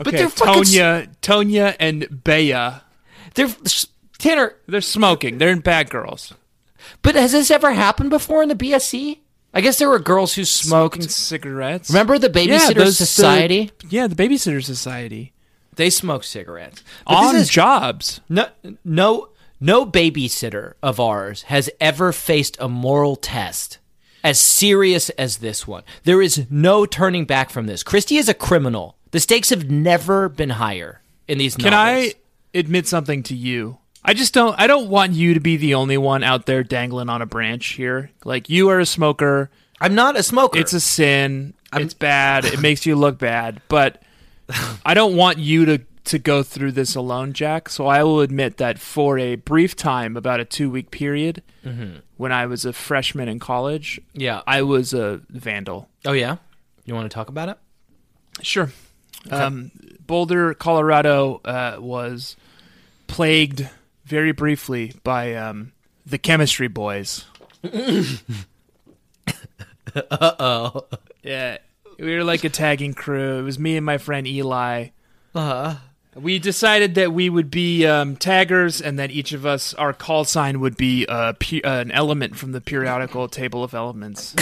Speaker 4: Okay,
Speaker 3: they're fucking.
Speaker 4: Tonya, Tonya, and Bea.
Speaker 3: They're Tanner.
Speaker 4: They're smoking. They're in bad girls.
Speaker 3: But has this ever happened before in the BSC? I guess there were girls who smoked.
Speaker 4: Smoking cigarettes.
Speaker 3: Remember the Babysitters
Speaker 4: those- the-
Speaker 3: Society?
Speaker 4: yeah, the babysitter society.
Speaker 3: They smoke cigarettes. But
Speaker 4: On
Speaker 3: this is
Speaker 4: jobs.
Speaker 3: no, no, no babysitter of ours has ever faced a moral test as serious as this one. There is no turning back from this. Christie is a criminal. The stakes have never been higher in these
Speaker 4: Can
Speaker 3: novels.
Speaker 4: I admit something to you? I just don't. I don't want you to be the only one out there dangling on a branch here. Like you are a smoker.
Speaker 3: I'm not a smoker.
Speaker 4: It's a sin. it's bad. It makes you look bad. But I don't want you to to go through this alone, Jack. So I will admit that for a brief time, about a two week period, when I was a freshman in college,
Speaker 3: Yeah.
Speaker 4: I was a vandal.
Speaker 3: oh yeah. You want to talk about it?
Speaker 4: Sure. Um, Boulder, Colorado, uh, was plagued very briefly by um, the chemistry boys. uh oh. Yeah. We were like a tagging crew. It was me and my friend Eli. Uh We decided that we would be um, taggers and that each of us, our call sign would be uh, pe- uh, an element from the periodical table of elements.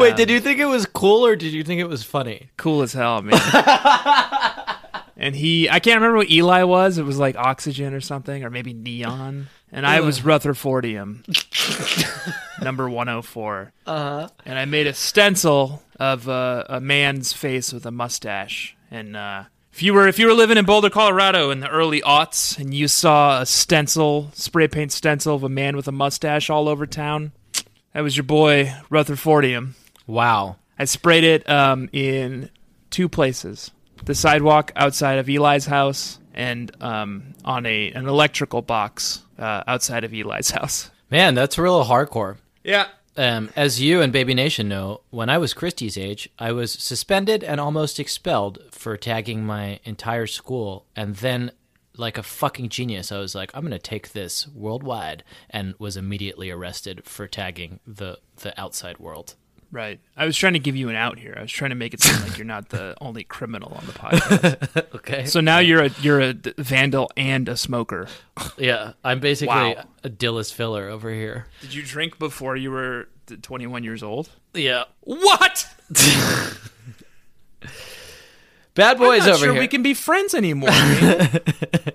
Speaker 3: Wait, did you think it was cool or did you think it was funny?
Speaker 4: cool as hell, man. and he, I can't remember what Eli was. It was like oxygen or something, or maybe neon. And I was Rutherfordium, number 104. Uh-huh. And I made a stencil of uh, a man's face with a mustache. And uh, if you were if you were living in Boulder, Colorado in the early aughts, and you saw a stencil, spray paint stencil of a man with a mustache all over town, that was your boy Rutherfordium.
Speaker 3: Wow.
Speaker 4: I sprayed it um, in two places: the sidewalk outside of Eli's house and um, on a an electrical box uh, outside of Eli's [LAUGHS] house.
Speaker 3: Man, that's real hardcore.
Speaker 4: Yeah.
Speaker 3: Um, as you and Baby Nation know, when I was Christie's age, I was suspended and almost expelled for tagging my entire school. And then, like a fucking genius, I was like, I'm going to take this worldwide, and was immediately arrested for tagging the the outside world.
Speaker 4: Right. I was trying to give you an out here. I was trying to make it seem like you're not [LAUGHS] the only criminal on the podcast.
Speaker 3: Okay.
Speaker 4: so now you're a you're a d- vandal and a smoker.
Speaker 3: yeah, I'm basically
Speaker 4: Wow.
Speaker 3: a Dillis filler over here.
Speaker 4: Did you drink before you were 21 years old?
Speaker 3: Yeah.
Speaker 4: What?
Speaker 3: [LAUGHS] Bad boys
Speaker 4: I'm not
Speaker 3: over
Speaker 4: sure
Speaker 3: here.
Speaker 4: we can be friends anymore. eh? man. [LAUGHS]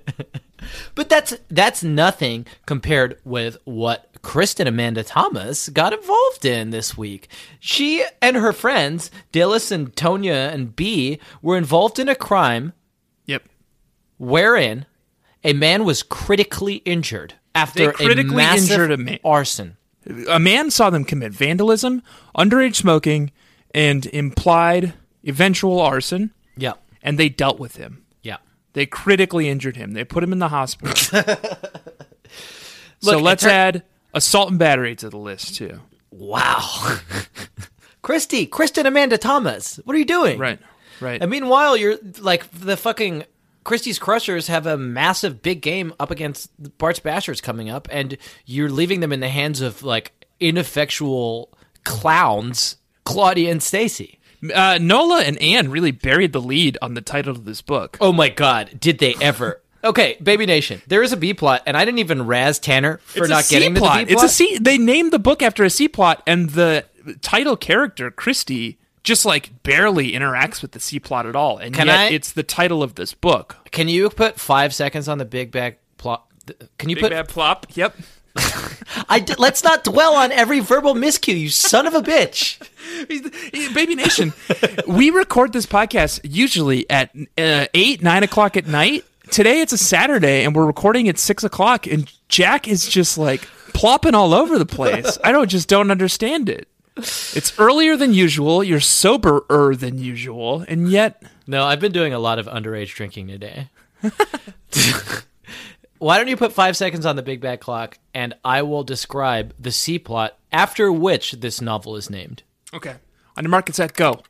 Speaker 3: But that's that's nothing compared with what Kristen Amanda Thomas got involved in this week. She and her friends, Dillis and Tonya and B, were involved in a crime
Speaker 4: yep.
Speaker 3: wherein a man was critically injured after
Speaker 4: critically
Speaker 3: a massive
Speaker 4: injured a man.
Speaker 3: arson.
Speaker 4: a man saw them commit vandalism, underage smoking, and implied eventual arson,
Speaker 3: Yeah,
Speaker 4: and they dealt with him.
Speaker 3: yeah.
Speaker 4: They critically injured him. They put him in the
Speaker 3: [LAUGHS]
Speaker 4: hospital. so
Speaker 3: it
Speaker 4: let's
Speaker 3: tur-
Speaker 4: add assault and battery to the list too.
Speaker 3: Wow. [LAUGHS] Christy, Kristen Amanda Thomas, what are you doing?
Speaker 4: Right. Right.
Speaker 3: And meanwhile, you're like the fucking Christie's Crushers have a massive big game up against the Bart's Bashers coming up, and you're leaving them in the hands of like ineffectual clowns, Claudia and Stacy.
Speaker 4: uh, Nola and Anne really buried the lead on the title of this book.
Speaker 3: Oh my god, did they ever? [LAUGHS] okay, Baby Nation, there is a B plot, and I didn't even razz Tanner for
Speaker 4: It's a
Speaker 3: not
Speaker 4: C
Speaker 3: getting
Speaker 4: plot.
Speaker 3: to the B
Speaker 4: It's
Speaker 3: plot.
Speaker 4: a C. They named the book after a C plot, and the title character Christy just like barely interacts with the C plot at all. And
Speaker 3: Can
Speaker 4: yet,
Speaker 3: I-
Speaker 4: it's the title of this book.
Speaker 3: Can you put five seconds on the Big Bad plot? Can you
Speaker 4: Big
Speaker 3: put?
Speaker 4: bad plop. Yep.
Speaker 3: I d- let's not dwell on every verbal miscue, you son of a bitch.
Speaker 4: Baby Nation. [LAUGHS] we record this podcast usually at uh, eight, nine o'clock at night. Today it's a Saturday, and we're recording at six o'clock. And Jack is just like plopping all over the place. I don't just don't understand it. It's earlier than usual. You're soberer than usual, and yet
Speaker 3: No, I've been doing a lot of underage drinking today. [LAUGHS] Why don't you put five seconds on the Big Bad Clock and I will describe the C plot after which this novel is named?
Speaker 4: okay. On your market set, go.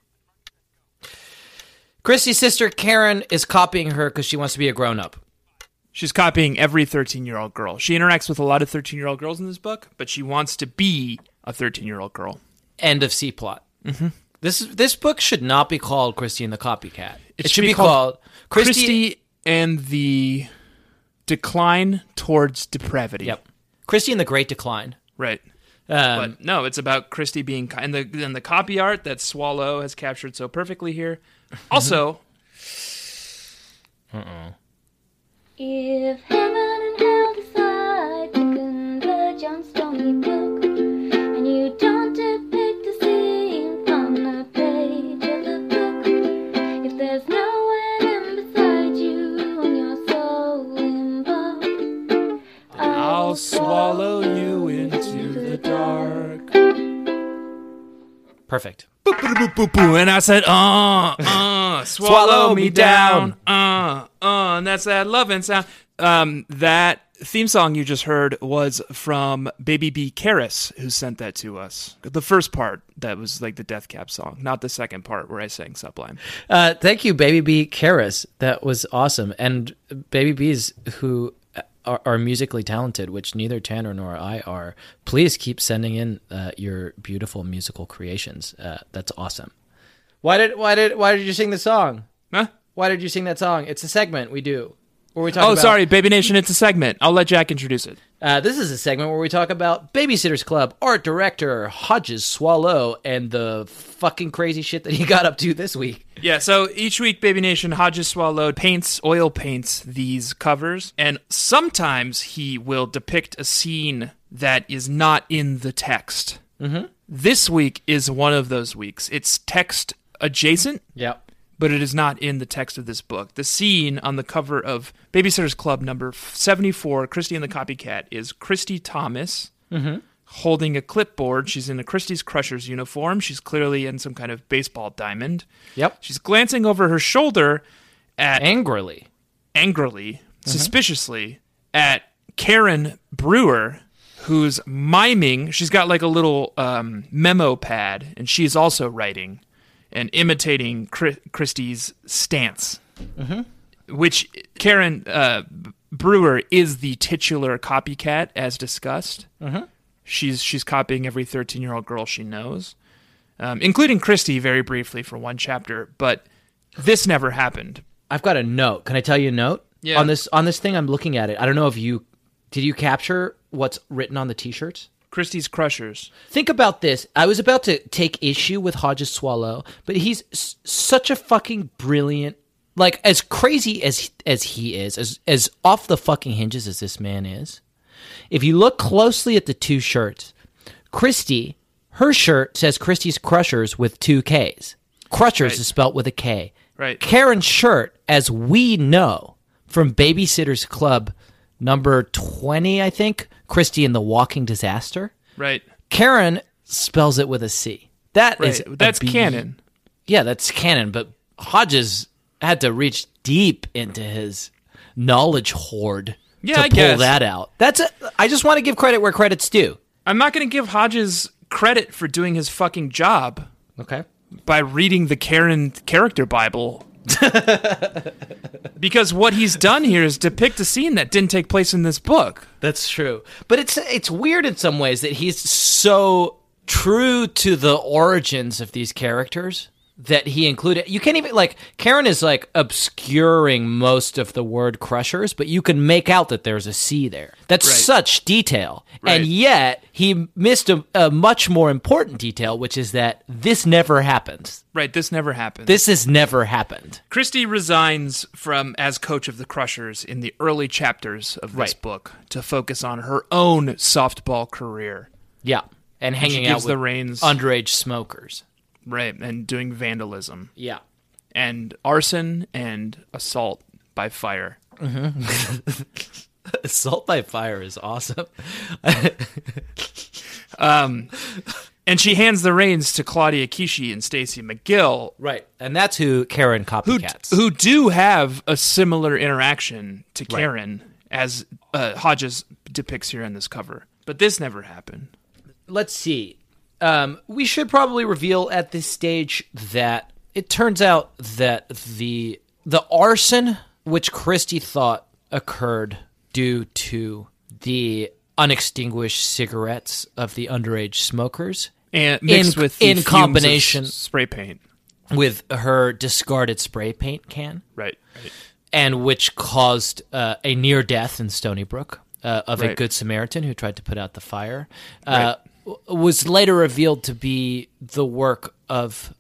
Speaker 3: Christy's sister Karen is copying her because she wants to be a grown up.
Speaker 4: She's copying every 13 year old girl. She interacts with a lot of 13 year old girls in this book, but she wants to be a 13 year old girl.
Speaker 3: End of C plot. Mm-hmm. This this book should not be called Christy and the Copycat. It, should be called, Christy.
Speaker 4: Christie and the decline towards depravity.
Speaker 3: Yep. Christy and the Great Decline.
Speaker 4: Right.
Speaker 3: Um,
Speaker 4: but no, it's about Christie being kind. And the, and the copy art that Swallow has captured so perfectly here. Also,
Speaker 5: If heaven and hell decide to converge on Stony Brook, and you don't depict a scene from the page of the book, if there's no one in beside you and your soul involved,
Speaker 4: I'll swallow you into the dark.
Speaker 3: Perfect.
Speaker 4: And I said, uh, uh, swallow me down, uh, uh, and that's that loving sound. Um, that theme song you just heard was from Baby B. Karis, who sent that to us. The first part that was like the Death Cab song, not the second part where I sang Sublime.
Speaker 3: Uh, thank you, Baby B. Karis. That was awesome. And Baby B's, who uh, are, are musically talented, which neither Tanner nor I are, please keep sending in uh, your beautiful musical creations. Uh, that's awesome. Why did why did why did you sing the song?
Speaker 4: Huh?
Speaker 3: Why did you sing that song? It's a segment we do. Where we talk
Speaker 4: Oh,
Speaker 3: about-
Speaker 4: sorry, Baby Nation. It's a segment. I'll let Jack introduce it.
Speaker 3: Uh, this is a segment where we talk about Babysitters Club, art director Hodges Swallow, and the fucking crazy shit that he got up to this week.
Speaker 4: Yeah, so each week, Baby Nation Hodges Swallow paints, oil paints these covers, and sometimes he will depict a scene that is not in the text. Mm-hmm. This week is one of those weeks. It's text adjacent,
Speaker 3: Yep.
Speaker 4: but it is not in the text of this book. The scene on the cover of Babysitter's Club number 74, Christy and the Copycat, is Christy Thomas holding a clipboard. She's in a Christie's Crushers uniform. She's clearly in some kind of baseball diamond.
Speaker 3: Yep.
Speaker 4: She's glancing over her shoulder at
Speaker 3: Angrily.
Speaker 4: angrily, suspiciously at Karen Brewer, who's miming. She's got like a little um, memo pad, and she's also writing and imitating Chri- Christie's stance, which Karen uh, B- Brewer is the titular copycat, as discussed. She's she's copying every thirteen year old girl she knows, um, including Christie, very briefly for one chapter. But this never happened
Speaker 3: I've got a note. Can I tell you a note?
Speaker 4: Yeah.
Speaker 3: On this on this thing I'm looking at it. I don't know if you did you capture what's written on the t-shirts?
Speaker 4: Christie's Crushers.
Speaker 3: Think about this. I was about to take issue with Hodges Swallow, but he's s- such a fucking brilliant like as crazy as as he is, as as off the fucking hinges as this man is. If you look closely at the two shirts, Christy, her shirt says Christie's Crushers with two K's. Crushers
Speaker 4: Right.
Speaker 3: is spelt with a K.
Speaker 4: Right.
Speaker 3: Karen's shirt, as we know from Babysitters Club number 20, I think, Christie and the Walking Disaster,
Speaker 4: Right.
Speaker 3: Karen spells it with a C. That is
Speaker 4: Right. That's
Speaker 3: a be-
Speaker 4: canon.
Speaker 3: Yeah, that's canon, but Hodges had to reach deep into his knowledge hoard
Speaker 4: Yeah,
Speaker 3: to
Speaker 4: I
Speaker 3: pull
Speaker 4: guess.
Speaker 3: that out. That's a, I just want to give credit where credit's due.
Speaker 4: I'm not going to give Hodges credit for doing his fucking job
Speaker 3: Okay.
Speaker 4: by reading the Karen character Bible.
Speaker 3: [LAUGHS]
Speaker 4: because what he's done here is depict a scene that didn't take place in this book.
Speaker 3: That's true. But it's it's weird in some ways that he's so true to the origins of these characters that he included. You can't even like Karen is like obscuring most of the word crushers, but you can make out that there's a C there. That's
Speaker 4: Right.
Speaker 3: such detail.
Speaker 4: Right.
Speaker 3: And yet he missed a, a much more important detail, which is that this never happens.
Speaker 4: Right, this never happened.
Speaker 3: This has never happened.
Speaker 4: Christie resigns from as coach of the Crushers in the early chapters of this
Speaker 3: Right.
Speaker 4: book to focus on her own softball career.
Speaker 3: Yeah. And hanging out
Speaker 4: gives
Speaker 3: with
Speaker 4: the reins-
Speaker 3: underage smokers.
Speaker 4: Right, and doing vandalism
Speaker 3: Yeah.
Speaker 4: and arson and assault by fire.
Speaker 3: Assault by fire is awesome.
Speaker 4: And she hands the reins to Claudia Kishi and Stacy McGill,
Speaker 3: Right, and that's who Karen
Speaker 4: who
Speaker 3: copycats.
Speaker 4: who do have a similar interaction to Karen as uh, Hodges depicts here in this cover. But this never happened.
Speaker 3: Let's see. Um, we should probably reveal at this stage that it turns out that the the arson, which Christie thought occurred due to the unextinguished cigarettes of the underage smokers,
Speaker 4: And mixed
Speaker 3: In-
Speaker 4: with the
Speaker 3: in
Speaker 4: fumes of
Speaker 3: combination-
Speaker 4: s- spray paint.
Speaker 3: with her discarded spray paint can.
Speaker 4: Right.
Speaker 3: and which caused uh, a near death in Stony Brook uh, of a
Speaker 4: Right.
Speaker 3: good Samaritan who tried to put out the fire, uh, w- was later revealed to be the work of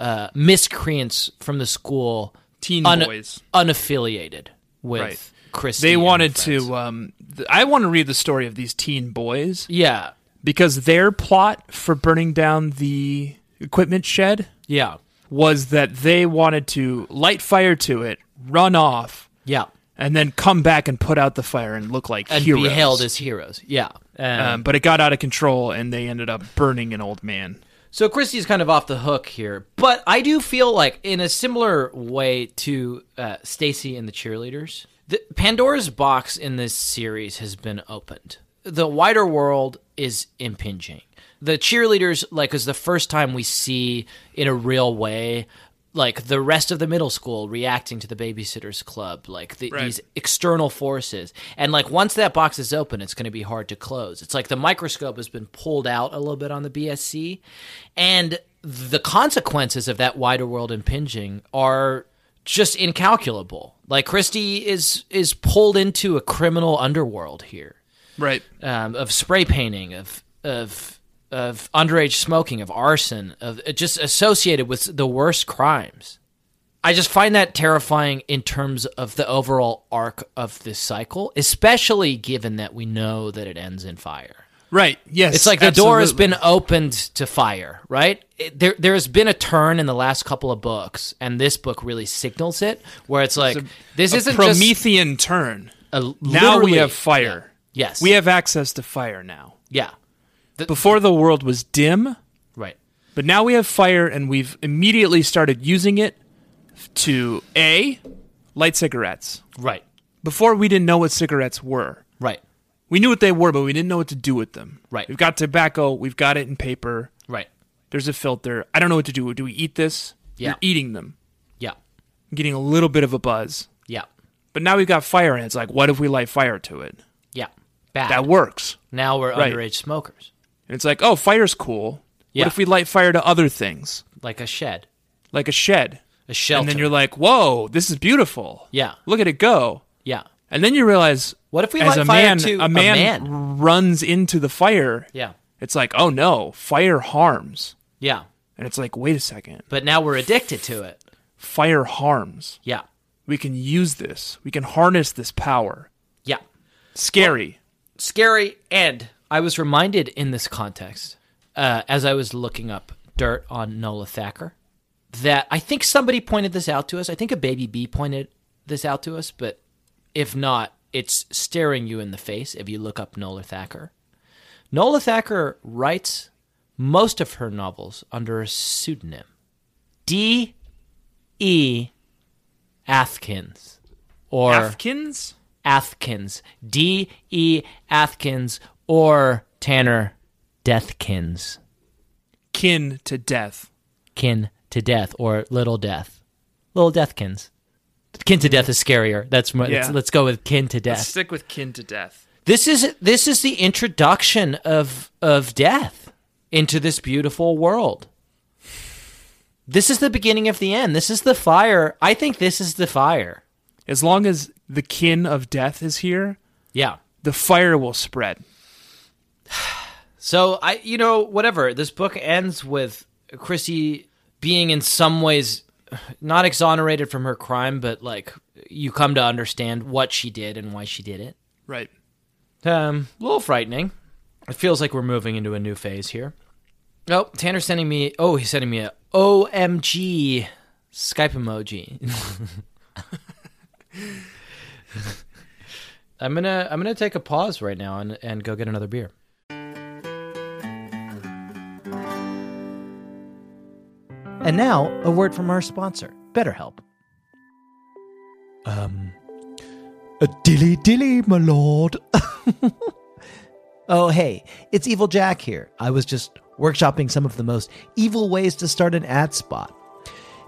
Speaker 3: uh, miscreants from the school,
Speaker 4: Teen boys.
Speaker 3: unaffiliated with
Speaker 4: Right.
Speaker 3: Christie.
Speaker 4: They
Speaker 3: and
Speaker 4: wanted
Speaker 3: friends.
Speaker 4: to. Um, th- I want to read the story of these teen boys
Speaker 3: yeah,
Speaker 4: because their plot for burning down the equipment shed
Speaker 3: yeah,
Speaker 4: was that they wanted to light fire to it, run off,
Speaker 3: yeah,
Speaker 4: and then come back and put out the fire and look like
Speaker 3: and
Speaker 4: heroes.
Speaker 3: be hailed as heroes. Yeah. Um,
Speaker 4: um, but it got out of control, and they ended up burning an old man.
Speaker 3: So Christie's kind of off the hook here, but I do feel like in a similar way to uh, Stacy and the cheerleaders, the Pandora's box in this series has been opened. The wider world is impinging. The cheerleaders, like, is the first time we see in a real way like the rest of the middle school reacting to the babysitters club like the,
Speaker 4: Right.
Speaker 3: these external forces and like once that box is open it's going to be hard to close it's like the microscope has been pulled out a little bit on the bsc and the consequences of that wider world impinging are just incalculable like christie is is pulled into a criminal underworld here
Speaker 4: Right.
Speaker 3: um, of spray painting, of of of underage smoking, of arson, of uh, just associated with the worst crimes. I just find that terrifying in terms of the overall arc of this cycle, especially given that we know that it ends in fire.
Speaker 4: Right. Yes.
Speaker 3: It's like the door has
Speaker 4: absolutely.
Speaker 3: been opened to fire, right? It- there, there has been a turn in the last couple of books, and this book really signals it, where it's like this
Speaker 4: a
Speaker 3: isn't just
Speaker 4: Promethean turn.
Speaker 3: a,
Speaker 4: Now we
Speaker 3: literally-
Speaker 4: have fire.
Speaker 3: Yes,
Speaker 4: We have access to fire now.
Speaker 3: yeah,
Speaker 4: Before the world was dim,
Speaker 3: right,
Speaker 4: but now we have fire and we've immediately started using it to A, light cigarettes.
Speaker 3: right,
Speaker 4: Before we didn't know what cigarettes were.
Speaker 3: right,
Speaker 4: We knew what they were, but we didn't know what to do with them.
Speaker 3: Right.
Speaker 4: We've got tobacco, we've got it in paper.
Speaker 3: right,
Speaker 4: There's a filter. I don't know what to do. Do we eat this?
Speaker 3: Yeah.
Speaker 4: You're eating them.
Speaker 3: yeah,
Speaker 4: I'm getting a little bit of a buzz.
Speaker 3: yeah.
Speaker 4: But now we've got fire and it's like, what if we light fire to it?
Speaker 3: Yeah. Bad.
Speaker 4: That works.
Speaker 3: now we're
Speaker 4: Right.
Speaker 3: underage smokers,
Speaker 4: And it's like, oh, fire's cool.
Speaker 3: Yeah.
Speaker 4: What if we light fire to other things?
Speaker 3: like a shed,
Speaker 4: Like a shed.
Speaker 3: a shelter.
Speaker 4: And then you're like, whoa, this is beautiful.
Speaker 3: Yeah.
Speaker 4: Look at it go.
Speaker 3: yeah,
Speaker 4: And then you realize
Speaker 3: What if we
Speaker 4: as
Speaker 3: light
Speaker 4: a
Speaker 3: fire
Speaker 4: man,
Speaker 3: to
Speaker 4: a
Speaker 3: a
Speaker 4: man,
Speaker 3: man?
Speaker 4: runs into the fire.
Speaker 3: yeah,
Speaker 4: It's like, oh no, fire harms.
Speaker 3: yeah.
Speaker 4: And it's like, wait a second.
Speaker 3: But now we're addicted to it.
Speaker 4: Fire harms.
Speaker 3: Yeah,
Speaker 4: We can use this. We can harness this power.
Speaker 3: yeah.
Speaker 4: Scary.
Speaker 3: Scary. And I was reminded in this context, uh, as I was looking up dirt on Nola Thacker, that I think somebody pointed this out to us. I think a baby bee pointed this out to us, but if not, it's staring you in the face if you look up Nola Thacker. Nola Thacker writes most of her novels under a pseudonym D. E. Athkins. Or
Speaker 4: Afkins?
Speaker 3: Athkins, D E Athkins, or Tanner Deathkins,
Speaker 4: Kin to death.
Speaker 3: kin to death, or little death, little deathkins. Kin to death is scarier. That's my, let's,
Speaker 4: Yeah.
Speaker 3: let's go with kin to death.
Speaker 4: Stick with kin to death.
Speaker 3: This is this is the introduction of of death into this beautiful world. This is the beginning of the end. This is the fire. I think this is the fire.
Speaker 4: As long as the kin of death is here,
Speaker 3: Yeah.
Speaker 4: the fire will spread.
Speaker 3: So I, you know, whatever. This book ends with Chrissy being in some ways not exonerated from her crime, but like you come to understand what she did and why she did it.
Speaker 4: Right.
Speaker 3: Um, a little frightening. It feels like we're moving into a new phase here. Oh, Tanner's sending me. Oh, he's sending me a OMG Skype emoji. [LAUGHS] I'm gonna I'm gonna take a pause right now and, and go get another beer. And now a word from our sponsor, BetterHelp.
Speaker 6: A dilly dilly, my lord. oh, hey, it's Evil Jack here. I was just workshopping some of the most evil ways to start an ad spot.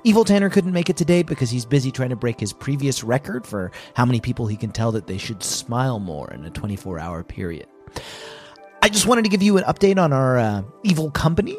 Speaker 6: Evil Tanner couldn't make it today because he's busy trying to break his previous record for how many people he can tell that they should smile more in a 24 hour period. I just wanted to give you an update on our uh, evil company,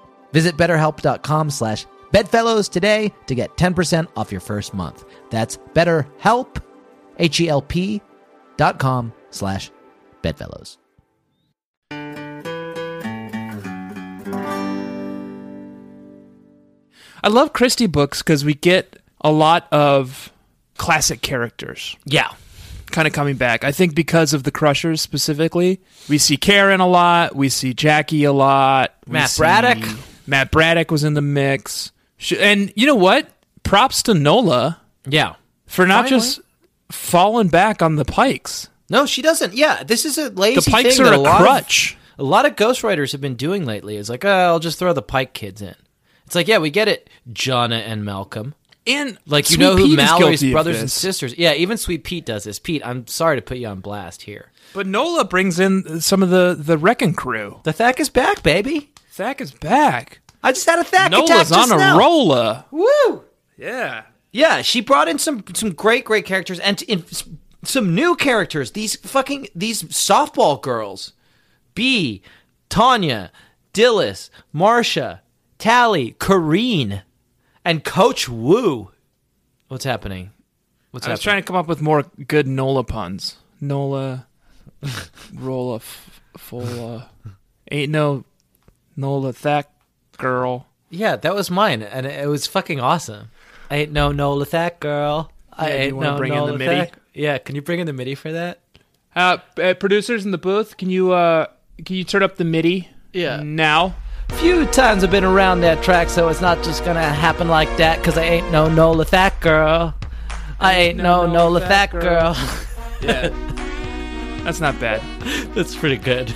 Speaker 6: Visit betterhelp.com slash bedfellows today to get 10% off your first month. That's betterhelp, H-E-L-P dot com slash bedfellows.
Speaker 4: I love Christie books because we get a lot of classic characters
Speaker 3: Yeah.
Speaker 4: kind of coming back. I think because of the Crushers specifically, we see Karen a lot, we see Jackie a lot, we
Speaker 3: Matt
Speaker 4: see-
Speaker 3: Braddock.
Speaker 4: Matt Braddock was in the mix, Sh- and you know what? Props to Nola
Speaker 3: Yeah.
Speaker 4: for not
Speaker 3: Finally.
Speaker 4: just falling back on the Pikes.
Speaker 3: No, she doesn't. Yeah, this is a lazy
Speaker 4: The Pikes
Speaker 3: thing
Speaker 4: are
Speaker 3: that
Speaker 4: a
Speaker 3: lot
Speaker 4: crutch.
Speaker 3: Of, a lot of ghostwriters have been doing lately. It's like, oh, I'll just throw the Pike kids in. It's like, yeah, we get it, Jonna and Malcolm.
Speaker 4: And
Speaker 3: Like you
Speaker 4: Sweet
Speaker 3: know who
Speaker 4: Pete is
Speaker 3: Mallory's
Speaker 4: guilty of
Speaker 3: brothers and
Speaker 4: this.
Speaker 3: sisters. Yeah, even Sweet Pete does this. Pete, I'm sorry to put you on blast here.
Speaker 4: But Nola brings in some of the the Wrecking Crew.
Speaker 3: The Thack is back, baby.
Speaker 4: Thack is back.
Speaker 3: I just had a Thack attack
Speaker 4: Nola's
Speaker 3: just
Speaker 4: on a
Speaker 3: now.
Speaker 4: roller.
Speaker 3: Woo!
Speaker 4: Yeah.
Speaker 3: Yeah, she brought in some some great great characters and t- in, s- some new characters. These fucking these softball girls, B, Tanya, Dillis, Marcia, Tally, Kareen, and Coach Wu. What's happening? What's
Speaker 4: I was
Speaker 3: happening?
Speaker 4: trying to come up with more good Nola puns. Nola, [LAUGHS] Rolla, f- Fola. Ain't no Nola Thack girl.
Speaker 3: Yeah, that was mine, and it it was fucking awesome. I ain't no Nola Thack girl. I
Speaker 4: Yeah, do you
Speaker 3: ain't
Speaker 4: wanna
Speaker 3: no
Speaker 4: bring in the
Speaker 3: Nola
Speaker 4: MIDI?
Speaker 3: Thack. Yeah, can you bring in the MIDI for that?
Speaker 4: Uh, uh, producers in the booth, can you uh, can you turn up the MIDI?
Speaker 3: Yeah.
Speaker 4: Now.
Speaker 3: few times I've been around that track, so it's not just gonna happen like that, cause I ain't no Nola Thack girl. I ain't no Nola Thack girl.
Speaker 4: Yeah. That's not bad.
Speaker 3: [LAUGHS] That's pretty good.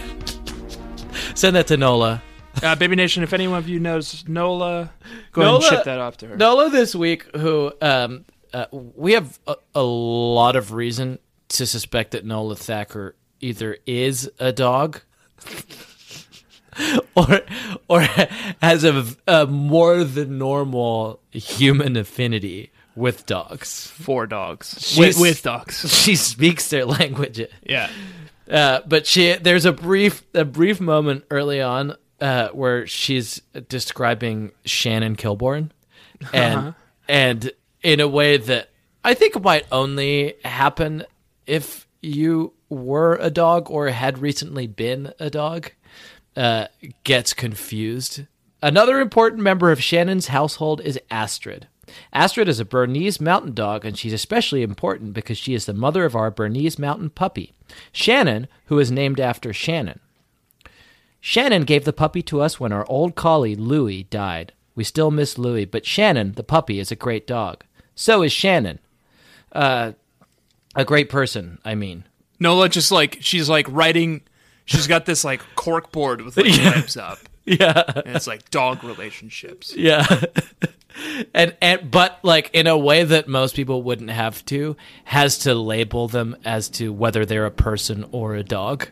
Speaker 3: Send that to Nola.
Speaker 4: Uh, Baby Nation, if anyone of you knows Nola, go ahead and
Speaker 3: Nola-
Speaker 4: ship that off to her.
Speaker 3: Nola this week, who um, uh, we have a, a lot of reason to suspect that Nola Thacker either is a dog [LAUGHS] or or has a, v- a more than normal human affinity with dogs.
Speaker 4: Four dogs.
Speaker 3: She's-
Speaker 4: With, with dogs.
Speaker 3: [LAUGHS]
Speaker 4: [LAUGHS]
Speaker 3: She speaks their language.
Speaker 4: Yeah.
Speaker 3: Uh, but she there's a brief a brief moment early on uh, where she's describing Shannon Kilborn, and and in a way that I think might only happen if you were a dog or had recently been a dog, uh, gets confused. Another important member of Shannon's household is Astrid. Astrid is a Bernese mountain dog, and she's especially important because she is the mother of our Bernese mountain puppy, Shannon, who is named after Shannon. Shannon gave the puppy to us when our old collie, Louie, died. We still miss Louie, but Shannon, the puppy, is a great dog. So is Shannon. Uh, a great person, I mean.
Speaker 4: Nola just like she's like writing. She's got this like cork board with
Speaker 3: [LAUGHS]
Speaker 4: like webs up.
Speaker 3: Yeah.
Speaker 4: And it's like dog relationships.
Speaker 3: Yeah. and and but like in a way that most people wouldn't have to has to label them as to whether they're a person or a dog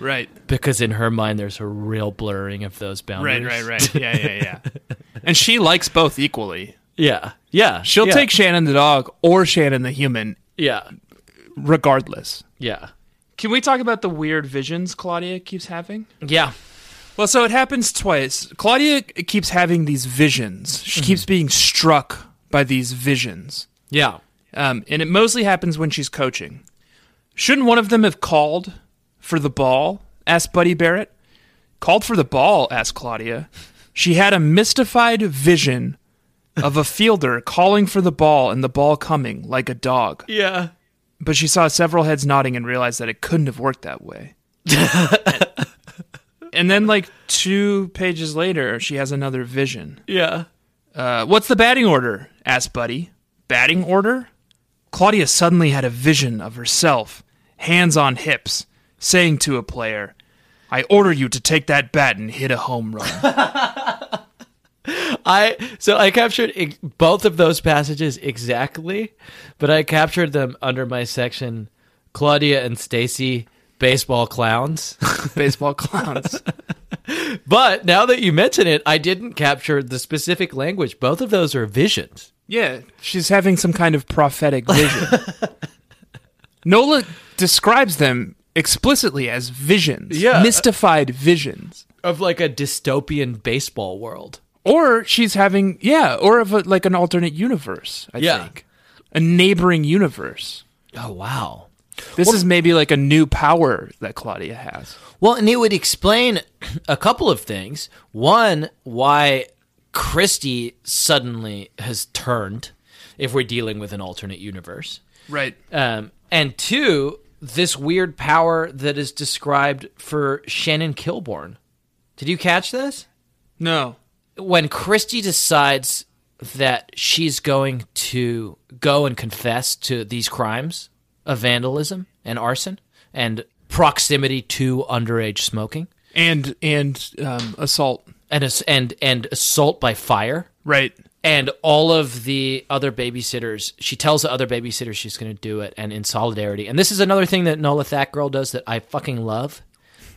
Speaker 4: Right.
Speaker 3: because in her mind there's a real blurring of those
Speaker 4: Right.
Speaker 3: boundaries.
Speaker 4: Right. Right. Yeah. Yeah. Yeah. and she likes both equally.
Speaker 3: Yeah. Yeah.
Speaker 4: She'll
Speaker 3: yeah,
Speaker 4: take Shannon the dog or Shannon the human,
Speaker 3: Yeah.
Speaker 4: regardless.
Speaker 3: Yeah.
Speaker 4: Can we talk about the weird visions Claudia keeps having?
Speaker 3: Yeah.
Speaker 4: Well, so it happens twice. Claudia keeps having these visions.
Speaker 3: Mm-hmm.
Speaker 4: She keeps being struck by these visions.
Speaker 3: Yeah.
Speaker 4: Um, and it mostly happens when she's coaching. Shouldn't one of them have called for the ball? asked Buddy Barrett. Called for the ball, asked Claudia. She had a mystified vision of a fielder [LAUGHS] calling for the ball and the ball coming like a dog.
Speaker 3: Yeah.
Speaker 4: But she saw several heads nodding and realized that it couldn't have worked that way. and then, like two pages later, she has another vision.
Speaker 3: Yeah.
Speaker 4: Uh, what's the batting order? asked Buddy. Batting order? Claudia suddenly had a vision of herself, hands on hips, saying to a player,
Speaker 3: [LAUGHS]
Speaker 4: I order you to take that bat and hit a home run.
Speaker 3: I so I captured ex- both of those passages exactly, but I captured them under my section Claudia and Stacy baseball clowns. [LAUGHS]
Speaker 4: Baseball clowns.
Speaker 3: but now that you mention it, I didn't capture the specific language. Both of those are visions.
Speaker 4: Yeah, she's having some kind of prophetic
Speaker 3: [LAUGHS]
Speaker 4: vision. Nola describes them explicitly as visions,
Speaker 3: Yeah.
Speaker 4: mystified visions.
Speaker 3: Of like a dystopian baseball world.
Speaker 4: Or she's having, yeah, or of a, like an alternate universe, I
Speaker 3: Yeah.
Speaker 4: think. A neighboring universe.
Speaker 3: Oh wow.
Speaker 4: This is maybe like a new power that Claudia has.
Speaker 3: Well, and it would explain a couple of things. One, why Christie suddenly has turned if we're dealing with an alternate universe.
Speaker 4: Right.
Speaker 3: Um, and two, this weird power that is described for Shannon Kilborn. Did you catch this?
Speaker 4: No.
Speaker 3: When Christie decides that she's going to go and confess to these crimes of vandalism and arson and proximity to underage smoking
Speaker 4: And and um, assault.
Speaker 3: and ass- and and assault by fire
Speaker 4: Right.
Speaker 3: and all of the other babysitters she tells the other babysitters she's going to do it and in solidarity and this is another thing that nola that girl does that i fucking love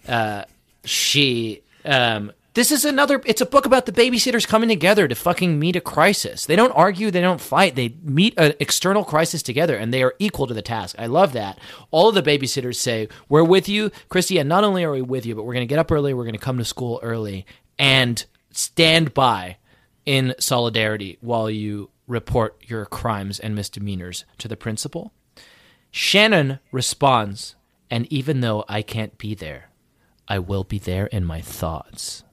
Speaker 3: uh, she um, this is another it's a book about the babysitters coming together to fucking meet a crisis they don't argue they don't fight they meet an external crisis together and they are equal to the task i love that all of the babysitters say we're with you christy and not only are we with you but we're going to get up early we're going to come to school early and stand by in solidarity while you report your crimes and misdemeanors to the principal. Shannon responds, and even though I can't be there, I will be there in my thoughts.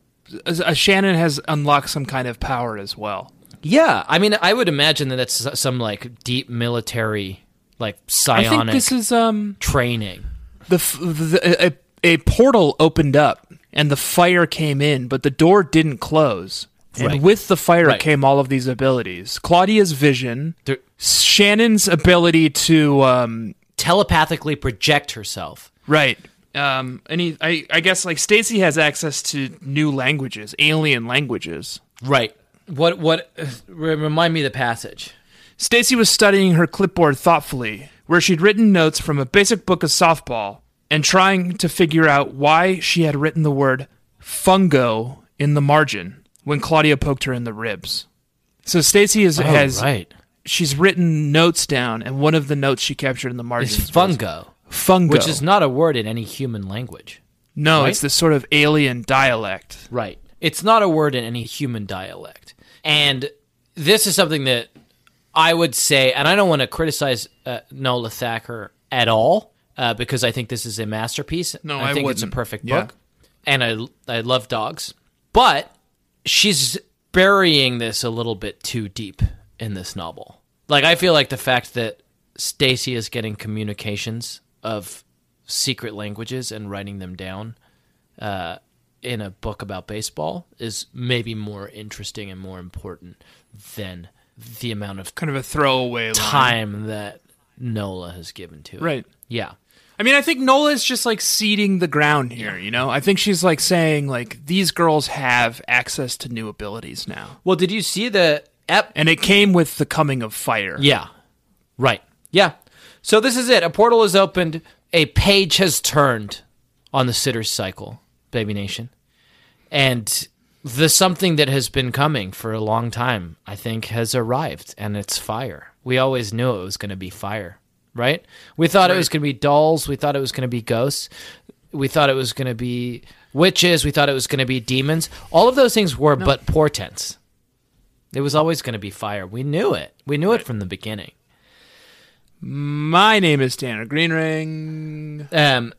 Speaker 4: Uh, Shannon has unlocked some kind of power as well.
Speaker 3: Yeah, I mean, I would imagine that that's s- some like deep military, like psionic
Speaker 4: I think this is um
Speaker 3: training.
Speaker 4: the, f- the a, a portal opened up and the fire came in, but the door didn't close.
Speaker 3: Right.
Speaker 4: And with the fire
Speaker 3: Right.
Speaker 4: came all of these abilities: Claudia's vision,
Speaker 3: They're-
Speaker 4: Shannon's ability to um,
Speaker 3: telepathically project herself.
Speaker 4: right. Um, and he, I, I guess like Stacy has access to new languages, alien languages.
Speaker 3: Right. What? What? uh, Remind me the passage.
Speaker 4: Stacy was studying her clipboard thoughtfully, where she'd written notes from a basic book of softball and trying to figure out why she had written the word fungo in the margin when Claudia poked her in the ribs. So Stacy is, has
Speaker 3: Oh, right.
Speaker 4: she's written notes down, and one of the notes she captured in the margin
Speaker 3: It's fungo,
Speaker 4: fungo,
Speaker 3: which is not a word in any human language.
Speaker 4: no,
Speaker 3: right?
Speaker 4: it's this sort of alien dialect.
Speaker 3: Right. It's not a word in any human dialect. And this is something that I would say, and I don't want to criticize uh, Nola Thacker at all, uh, because I think this is a masterpiece.
Speaker 4: No,
Speaker 3: I
Speaker 4: I
Speaker 3: think it's a
Speaker 4: wouldn't.
Speaker 3: perfect
Speaker 4: Yeah.
Speaker 3: book. And I, I love dogs. But she's burying this a little bit too deep in this novel. Like, I feel like the fact that Stacy is getting communications of secret languages and writing them down in a book about baseball is maybe more interesting and more important than the amount of
Speaker 4: Kind of a throwaway line.
Speaker 3: time that Nola has given to it.
Speaker 4: Right.
Speaker 3: Yeah.
Speaker 4: I mean, I think Nola is just like seeding the ground here, you know? I think she's like saying, like, these girls have access to new abilities now.
Speaker 3: Well, did you see the ep?
Speaker 4: And it came with the coming of fire.
Speaker 3: Yeah. Right. Yeah. So this is it. A portal is opened. A page has turned on the sitter's cycle, Baby Nation. And the something that has been coming for a long time, I think, has arrived, and it's fire. We always knew it was going to be fire, right? We thought it was going to be dolls. We thought it was going to be ghosts. We thought it was going to be witches. We thought it was going to be demons. All of those things were but portents. It was always going to be fire. We knew it. We knew it from the beginning.
Speaker 4: My name is Tanner Greenring.
Speaker 3: Um,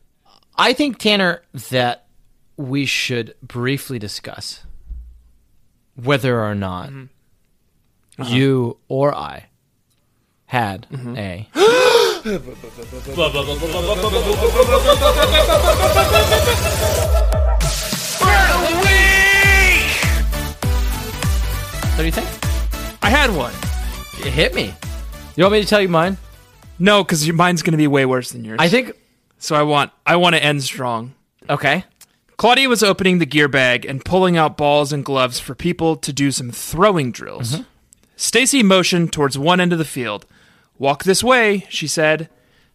Speaker 3: I think Tanner that we should briefly discuss whether or not
Speaker 4: Uh-huh.
Speaker 3: you or I had
Speaker 4: Mm-hmm.
Speaker 3: a [GASPS] What do you think?
Speaker 4: I had one.
Speaker 3: It hit me. You want me to tell you mine?
Speaker 4: No, because your mine's going to be way worse than yours.
Speaker 3: I think.
Speaker 4: so I want, I want to end strong.
Speaker 3: Okay.
Speaker 4: Claudia was opening the gear bag and pulling out balls and gloves for people to do some throwing drills. Stacy motioned towards one end of the field. Walk this way, she said.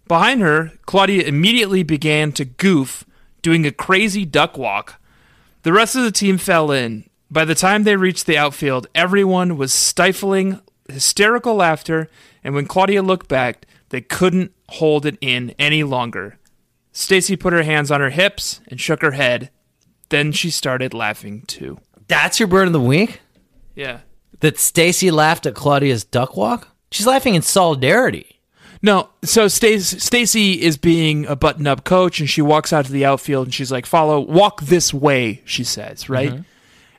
Speaker 4: Behind her, Claudia immediately began to goof, doing a crazy duck walk. The rest of the team fell in. By the time they reached the outfield, everyone was stifling hysterical laughter, and when Claudia looked back, they couldn't hold it in any longer. Stacy put her hands on her hips and shook her head. Then she started laughing too.
Speaker 3: That's your bird of the week?
Speaker 4: Yeah.
Speaker 3: That Stacy laughed at Claudia's duck walk? She's laughing in solidarity.
Speaker 4: No, so Stace- Stacy is being a button-up coach, and she walks out to the outfield, and she's like, "Follow, walk this way," she says, right?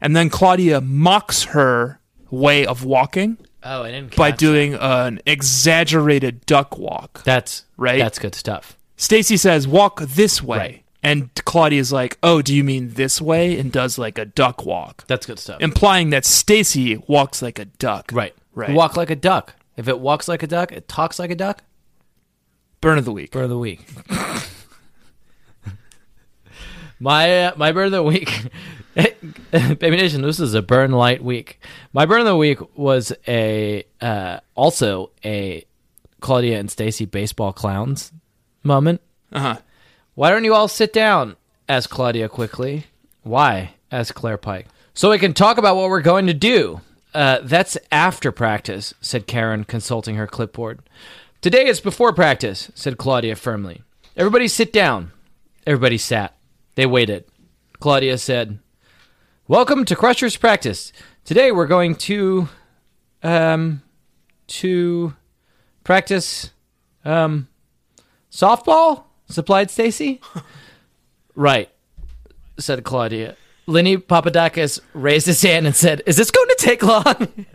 Speaker 4: And then Claudia mocks her way of walking
Speaker 3: Oh, I didn't
Speaker 4: by doing an exaggerated duck walk.
Speaker 3: That's
Speaker 4: Right?
Speaker 3: That's good stuff.
Speaker 4: Stacy says, "Walk this way,"
Speaker 3: Right.
Speaker 4: and Claudia's like, "Oh, do you mean this way?" and does like a duck walk,
Speaker 3: That's good stuff.
Speaker 4: implying that Stacy walks like a duck.
Speaker 3: right.
Speaker 4: right.
Speaker 3: Walk like a duck. If it walks like a duck, it talks like a duck.
Speaker 4: Burn of the week.
Speaker 3: Bird of the week. my uh, my bird of the week. [LAUGHS] Baby Nation, this is a burn light week. My burn of the week was a uh, also a Claudia and Stacy baseball clowns moment.
Speaker 4: Uh huh.
Speaker 3: Why don't you all sit down? asked Claudia quickly. Why? asked Claire Pike. So we can talk about what we're going to do. Uh, that's after practice, said Karen, consulting her clipboard. Today is before practice, said Claudia firmly. Everybody sit down. Everybody sat. They waited. Claudia said, Welcome to Crusher's practice. Today we're going to, um, to practice, um, softball? supplied Stacy. [LAUGHS] right, said Claudia. Lenny Papadakis raised his hand and said, Is this going to take [LAUGHS] long?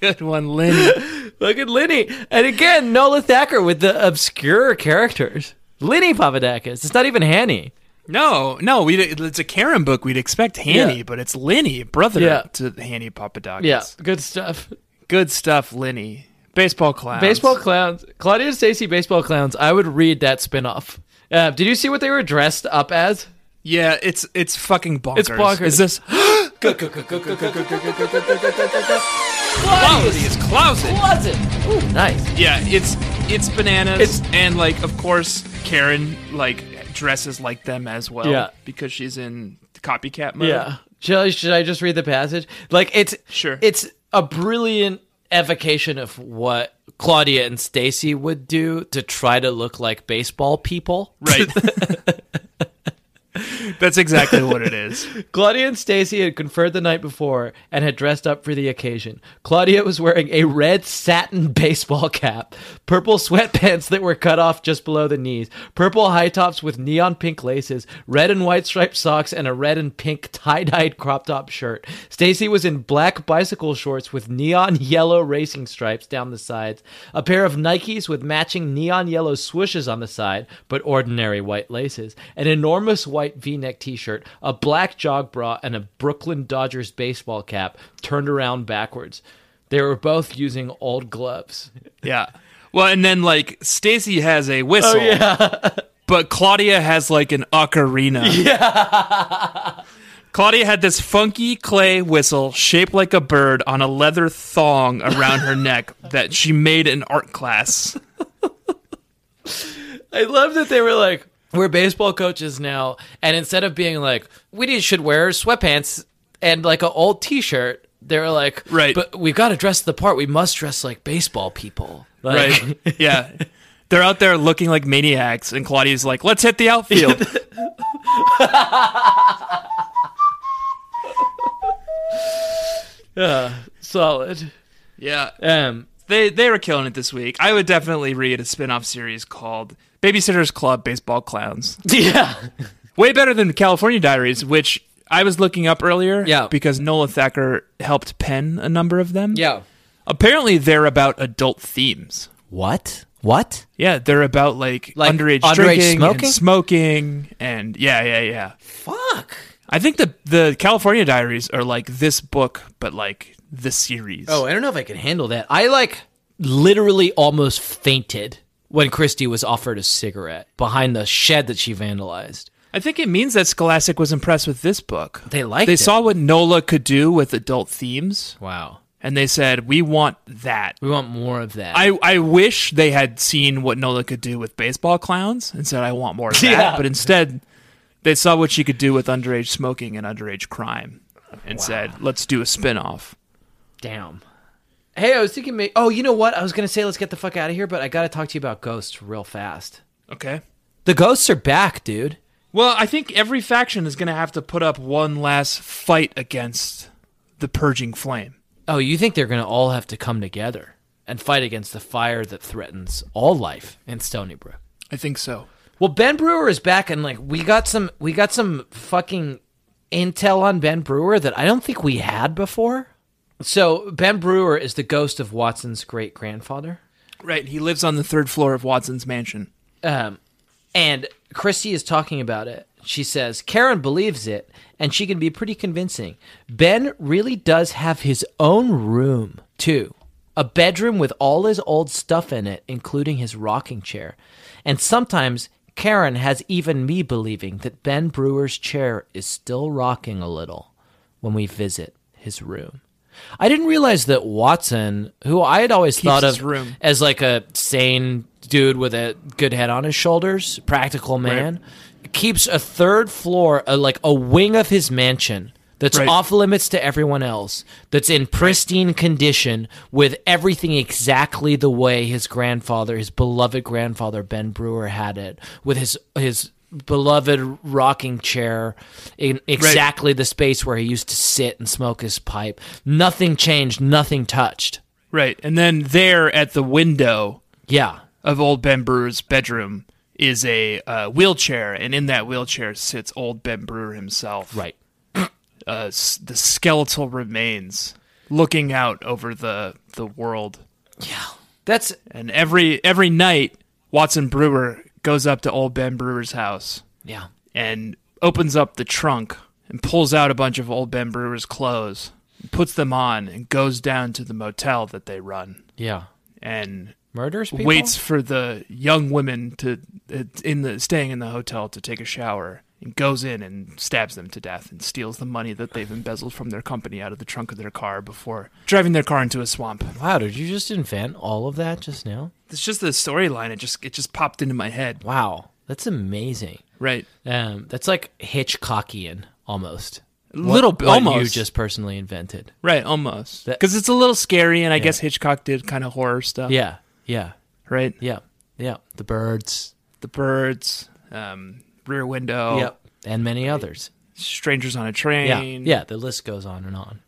Speaker 4: Good one, Lynn.
Speaker 3: Look at Lenny. And again, Nola Thacker with the obscure characters. Lenny Papadakis. It's not even Hanny.
Speaker 4: no, no, we it's a Karen book. We'd expect Hanny,
Speaker 3: Yeah.
Speaker 4: but it's Lenny, brother
Speaker 3: Yeah.
Speaker 4: to Hanny Papadakis.
Speaker 3: Yeah, good stuff.
Speaker 4: Good stuff, Lenny. Baseball clowns.
Speaker 3: Baseball clowns. Claudia and Stacy, baseball clowns. I would read that spinoff. Uh, did you see what they were dressed up as?
Speaker 4: Yeah, it's it's fucking bonkers.
Speaker 3: It's bonkers.
Speaker 4: Is this quality is closet?
Speaker 3: Closet. Ooh, nice.
Speaker 4: Yeah, it's it's bananas.
Speaker 3: It's-
Speaker 4: and like of course Karen like dresses like them as well.
Speaker 3: Yeah.
Speaker 4: because she's in copycat mode.
Speaker 3: Yeah. Should I, should I just read the passage? Like it's
Speaker 4: Sure.
Speaker 3: It's a brilliant evocation of what Claudia and Stacy would do to try to look like baseball people. [LAUGHS]
Speaker 4: right. That's exactly what it is.
Speaker 3: Claudia and Stacy had conferred the night before and had dressed up for the occasion. Claudia was wearing a red satin baseball cap, purple sweatpants that were cut off just below the knees, purple high tops with neon pink laces, red and white striped socks, and a red and pink tie-dyed crop top shirt. Stacy was in black bicycle shorts with neon [LAUGHS] yellow racing stripes down the sides, a pair of Nikes with matching neon yellow swooshes on the side, but ordinary white laces, an enormous white v neck t shirt, a black jog bra, and a Brooklyn Dodgers baseball cap turned around backwards. They were both using old gloves.
Speaker 4: Yeah. Well, and then like Stacy has a whistle.
Speaker 3: Oh,
Speaker 4: but Claudia has like an ocarina.
Speaker 3: [LAUGHS]
Speaker 4: Yeah. Claudia had this funky clay whistle shaped like a bird on a leather thong around her neck that she made in art class.
Speaker 3: I love that they were like, we're baseball coaches now, and instead of being like, we need- should wear sweatpants and like an old t shirt, they were like,
Speaker 4: Right.
Speaker 3: but we've got to dress the part. We must dress like baseball people. Like, [LAUGHS]
Speaker 4: Right. [LAUGHS] yeah. They're out there looking like maniacs, and Claudia's like, let's hit
Speaker 3: [LAUGHS]
Speaker 4: the outfield.
Speaker 3: solid.
Speaker 4: yeah.
Speaker 3: Um,
Speaker 4: They they were killing it this week. I would definitely read a spin-off series called Babysitter's Club Baseball Clowns.
Speaker 3: [LAUGHS] yeah.
Speaker 4: Way better than California Diaries, which I was looking up earlier.
Speaker 3: Yeah.
Speaker 4: Because Nola Thacker helped pen a number of them.
Speaker 3: Yeah.
Speaker 4: Apparently, they're about adult themes.
Speaker 6: What? What?
Speaker 4: Yeah, they're about like,
Speaker 3: Like
Speaker 4: underage,
Speaker 3: underage
Speaker 4: drinking,
Speaker 3: smoking?
Speaker 4: and smoking, and yeah, yeah, yeah.
Speaker 3: Fuck.
Speaker 4: I think the the California Diaries are like this book, but like the series.
Speaker 3: Oh, I don't know if I can handle that. I like literally almost fainted when Christie was offered a cigarette behind the shed that she vandalized.
Speaker 4: I think it means that Scholastic was impressed with this book.
Speaker 3: They liked
Speaker 4: They
Speaker 3: it.
Speaker 4: saw what Nola could do with adult themes,
Speaker 3: Wow.
Speaker 4: and they said, "We want that."
Speaker 3: We want more of that.
Speaker 4: I, I wish they had seen what Nola could do with baseball clowns and said, I
Speaker 3: [LAUGHS]
Speaker 4: want more of that.
Speaker 3: Yeah.
Speaker 4: But instead, they saw what she could do with underage smoking and underage crime and said, let's do a spin off.
Speaker 3: Damn. Hey, I was thinking. May- oh, you know what? I was gonna say let's get the fuck out of here, but I gotta talk to you about ghosts real fast.
Speaker 4: Okay.
Speaker 3: The ghosts are back, dude.
Speaker 4: Well, I think every faction is going to have to put up one last fight against the purging flame.
Speaker 3: Oh, you think they're gonna all have to come together and fight against the fire that threatens all life in Stony Brook?
Speaker 4: I think so.
Speaker 3: Well, Ben Brewer is back, and like we got some, we got some fucking intel on Ben Brewer that I don't think we had before. So Ben Brewer is the ghost of Watson's great grandfather.
Speaker 4: Right. He lives on the third floor of Watson's mansion.
Speaker 3: Um, and Christy is talking about it. She says Karen believes it, and she can be pretty convincing. Ben really does have his own room too, a bedroom with all his old stuff in it, including his rocking chair. And sometimes Karen has even me believing that Ben Brewer's chair is still rocking a little when we visit his room. I didn't realize that Watson, who I had always thought
Speaker 4: his
Speaker 3: of
Speaker 4: room.
Speaker 3: as like a sane dude with a good head on his shoulders, practical man, keeps a third floor, uh, like a wing of his mansion that's
Speaker 4: Right.
Speaker 3: off limits to everyone else, that's in pristine condition with everything exactly the way his grandfather, his beloved grandfather Ben Brewer had it, with his his beloved rocking chair in exactly the space where he used to sit and smoke his pipe. Nothing changed, nothing touched.
Speaker 4: Right. And then there at the window,
Speaker 3: Yeah.
Speaker 4: of old Ben Brewer's bedroom is a uh, wheelchair, and in that wheelchair sits old Ben Brewer himself.
Speaker 3: Right.
Speaker 4: Uh, s- the skeletal remains looking out over the the world,
Speaker 3: That's
Speaker 4: and every every night Watson Brewer goes up to old Ben Brewer's house
Speaker 3: yeah.
Speaker 4: and opens up the trunk and pulls out a bunch of old Ben Brewer's clothes, puts them on, and goes down to the motel that they run
Speaker 3: Yeah.
Speaker 4: and
Speaker 3: Murders people.
Speaker 4: waits for the young women to uh, in the staying in the hotel to take a shower and goes in and stabs them to death and steals the money that they've embezzled from their company out of the trunk of their car before driving their car into a swamp.
Speaker 3: Wow, did you just invent all of that just now?
Speaker 4: It's just the storyline. It just it just popped into my head.
Speaker 3: Wow. That's amazing.
Speaker 4: Right,
Speaker 3: Um that's like Hitchcockian almost.
Speaker 4: a little bit,
Speaker 3: What
Speaker 4: almost.
Speaker 3: you just personally invented.
Speaker 4: right, almost
Speaker 3: That-
Speaker 4: because it's a little scary, and I guess Hitchcock did kind of horror stuff.
Speaker 3: Yeah. Yeah.
Speaker 4: right.
Speaker 3: Yeah. Yeah. The birds.
Speaker 4: The birds, um, Rear Window,
Speaker 3: Yep. And many others.
Speaker 4: Strangers on a
Speaker 3: Yeah.
Speaker 4: Train.
Speaker 3: Yeah. The list goes on and on.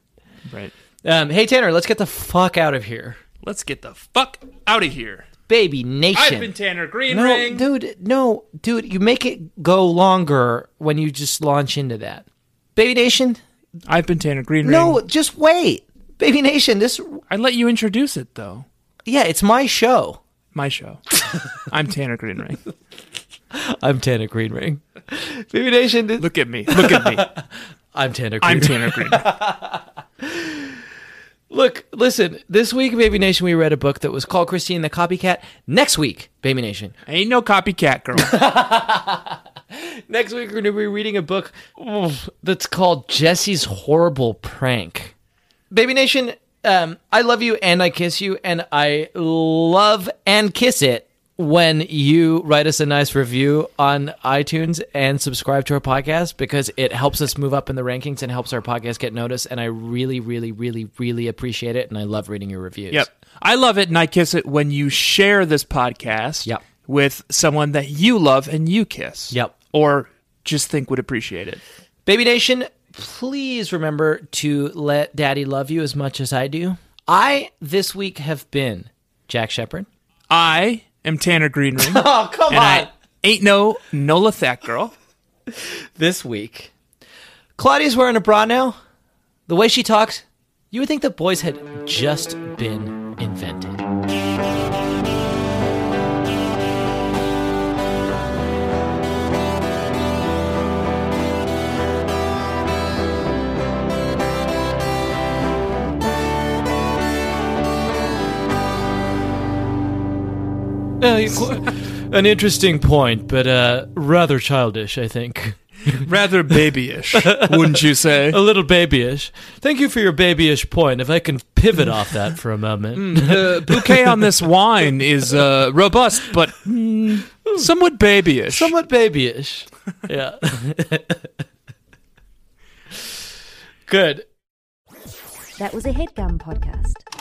Speaker 4: right.
Speaker 3: Um, hey Tanner, let's get the fuck out of here.
Speaker 4: Let's get the fuck out of here.
Speaker 3: Baby Nation.
Speaker 4: I've been Tanner Green
Speaker 3: no,
Speaker 4: Ring.
Speaker 3: dude, no, dude, you make it go longer when you just launch into that. Baby Nation,
Speaker 4: I've been Tanner Green
Speaker 3: No,
Speaker 4: Ring.
Speaker 3: just wait. Baby Nation, this
Speaker 4: I let you introduce it though.
Speaker 3: yeah, it's my show. [LAUGHS]
Speaker 4: My show. I'm Tanner Green Ring.
Speaker 3: I'm Tana Greenring. Baby Nation, this-
Speaker 4: Look at me. Look at
Speaker 3: [LAUGHS]
Speaker 4: me.
Speaker 3: I'm Tana Greenring.
Speaker 4: I'm Tanner Green.
Speaker 3: Look, listen, this week Baby Nation we read a book that was called Christine the Copycat. Next week, Baby Nation.
Speaker 4: Ain't no copycat girl.
Speaker 3: Next week we're going to be reading a book oof, that's called Jesse's Horrible Prank. Baby Nation, um, I love you and I kiss you and I love and kiss it when you write us a nice review on iTunes and subscribe to our podcast because it helps us move up in the rankings and helps our podcast get noticed. And I really, really, really, really appreciate it. And I love reading your reviews.
Speaker 4: Yep. I love it and I kiss it when you share this podcast
Speaker 3: Yep.
Speaker 4: with someone that you love and you kiss.
Speaker 3: Yep.
Speaker 4: Or just think would appreciate it.
Speaker 3: Baby Nation, please remember to let daddy love you as much as I do. I, this week, have been Jack Shepard.
Speaker 4: I am Tanner Green Ring. and
Speaker 3: [LAUGHS] Oh, come
Speaker 4: I ain't no Nola Thack girl.
Speaker 3: This week, Claudia's wearing a bra now. The way she talks, you would think that boys had just been invented. Eh, an interesting point, but uh, rather childish, I think. [LAUGHS]
Speaker 4: Rather babyish, wouldn't you say?
Speaker 3: A little babyish. Thank you for your babyish point. If I can pivot off that for a
Speaker 4: Mm.
Speaker 3: moment.
Speaker 4: The bouquet on this wine is uh, robust, but
Speaker 3: [LAUGHS]
Speaker 4: mm, somewhat babyish.
Speaker 3: Somewhat babyish. Yeah. Good.
Speaker 1: That was a headgum podcast.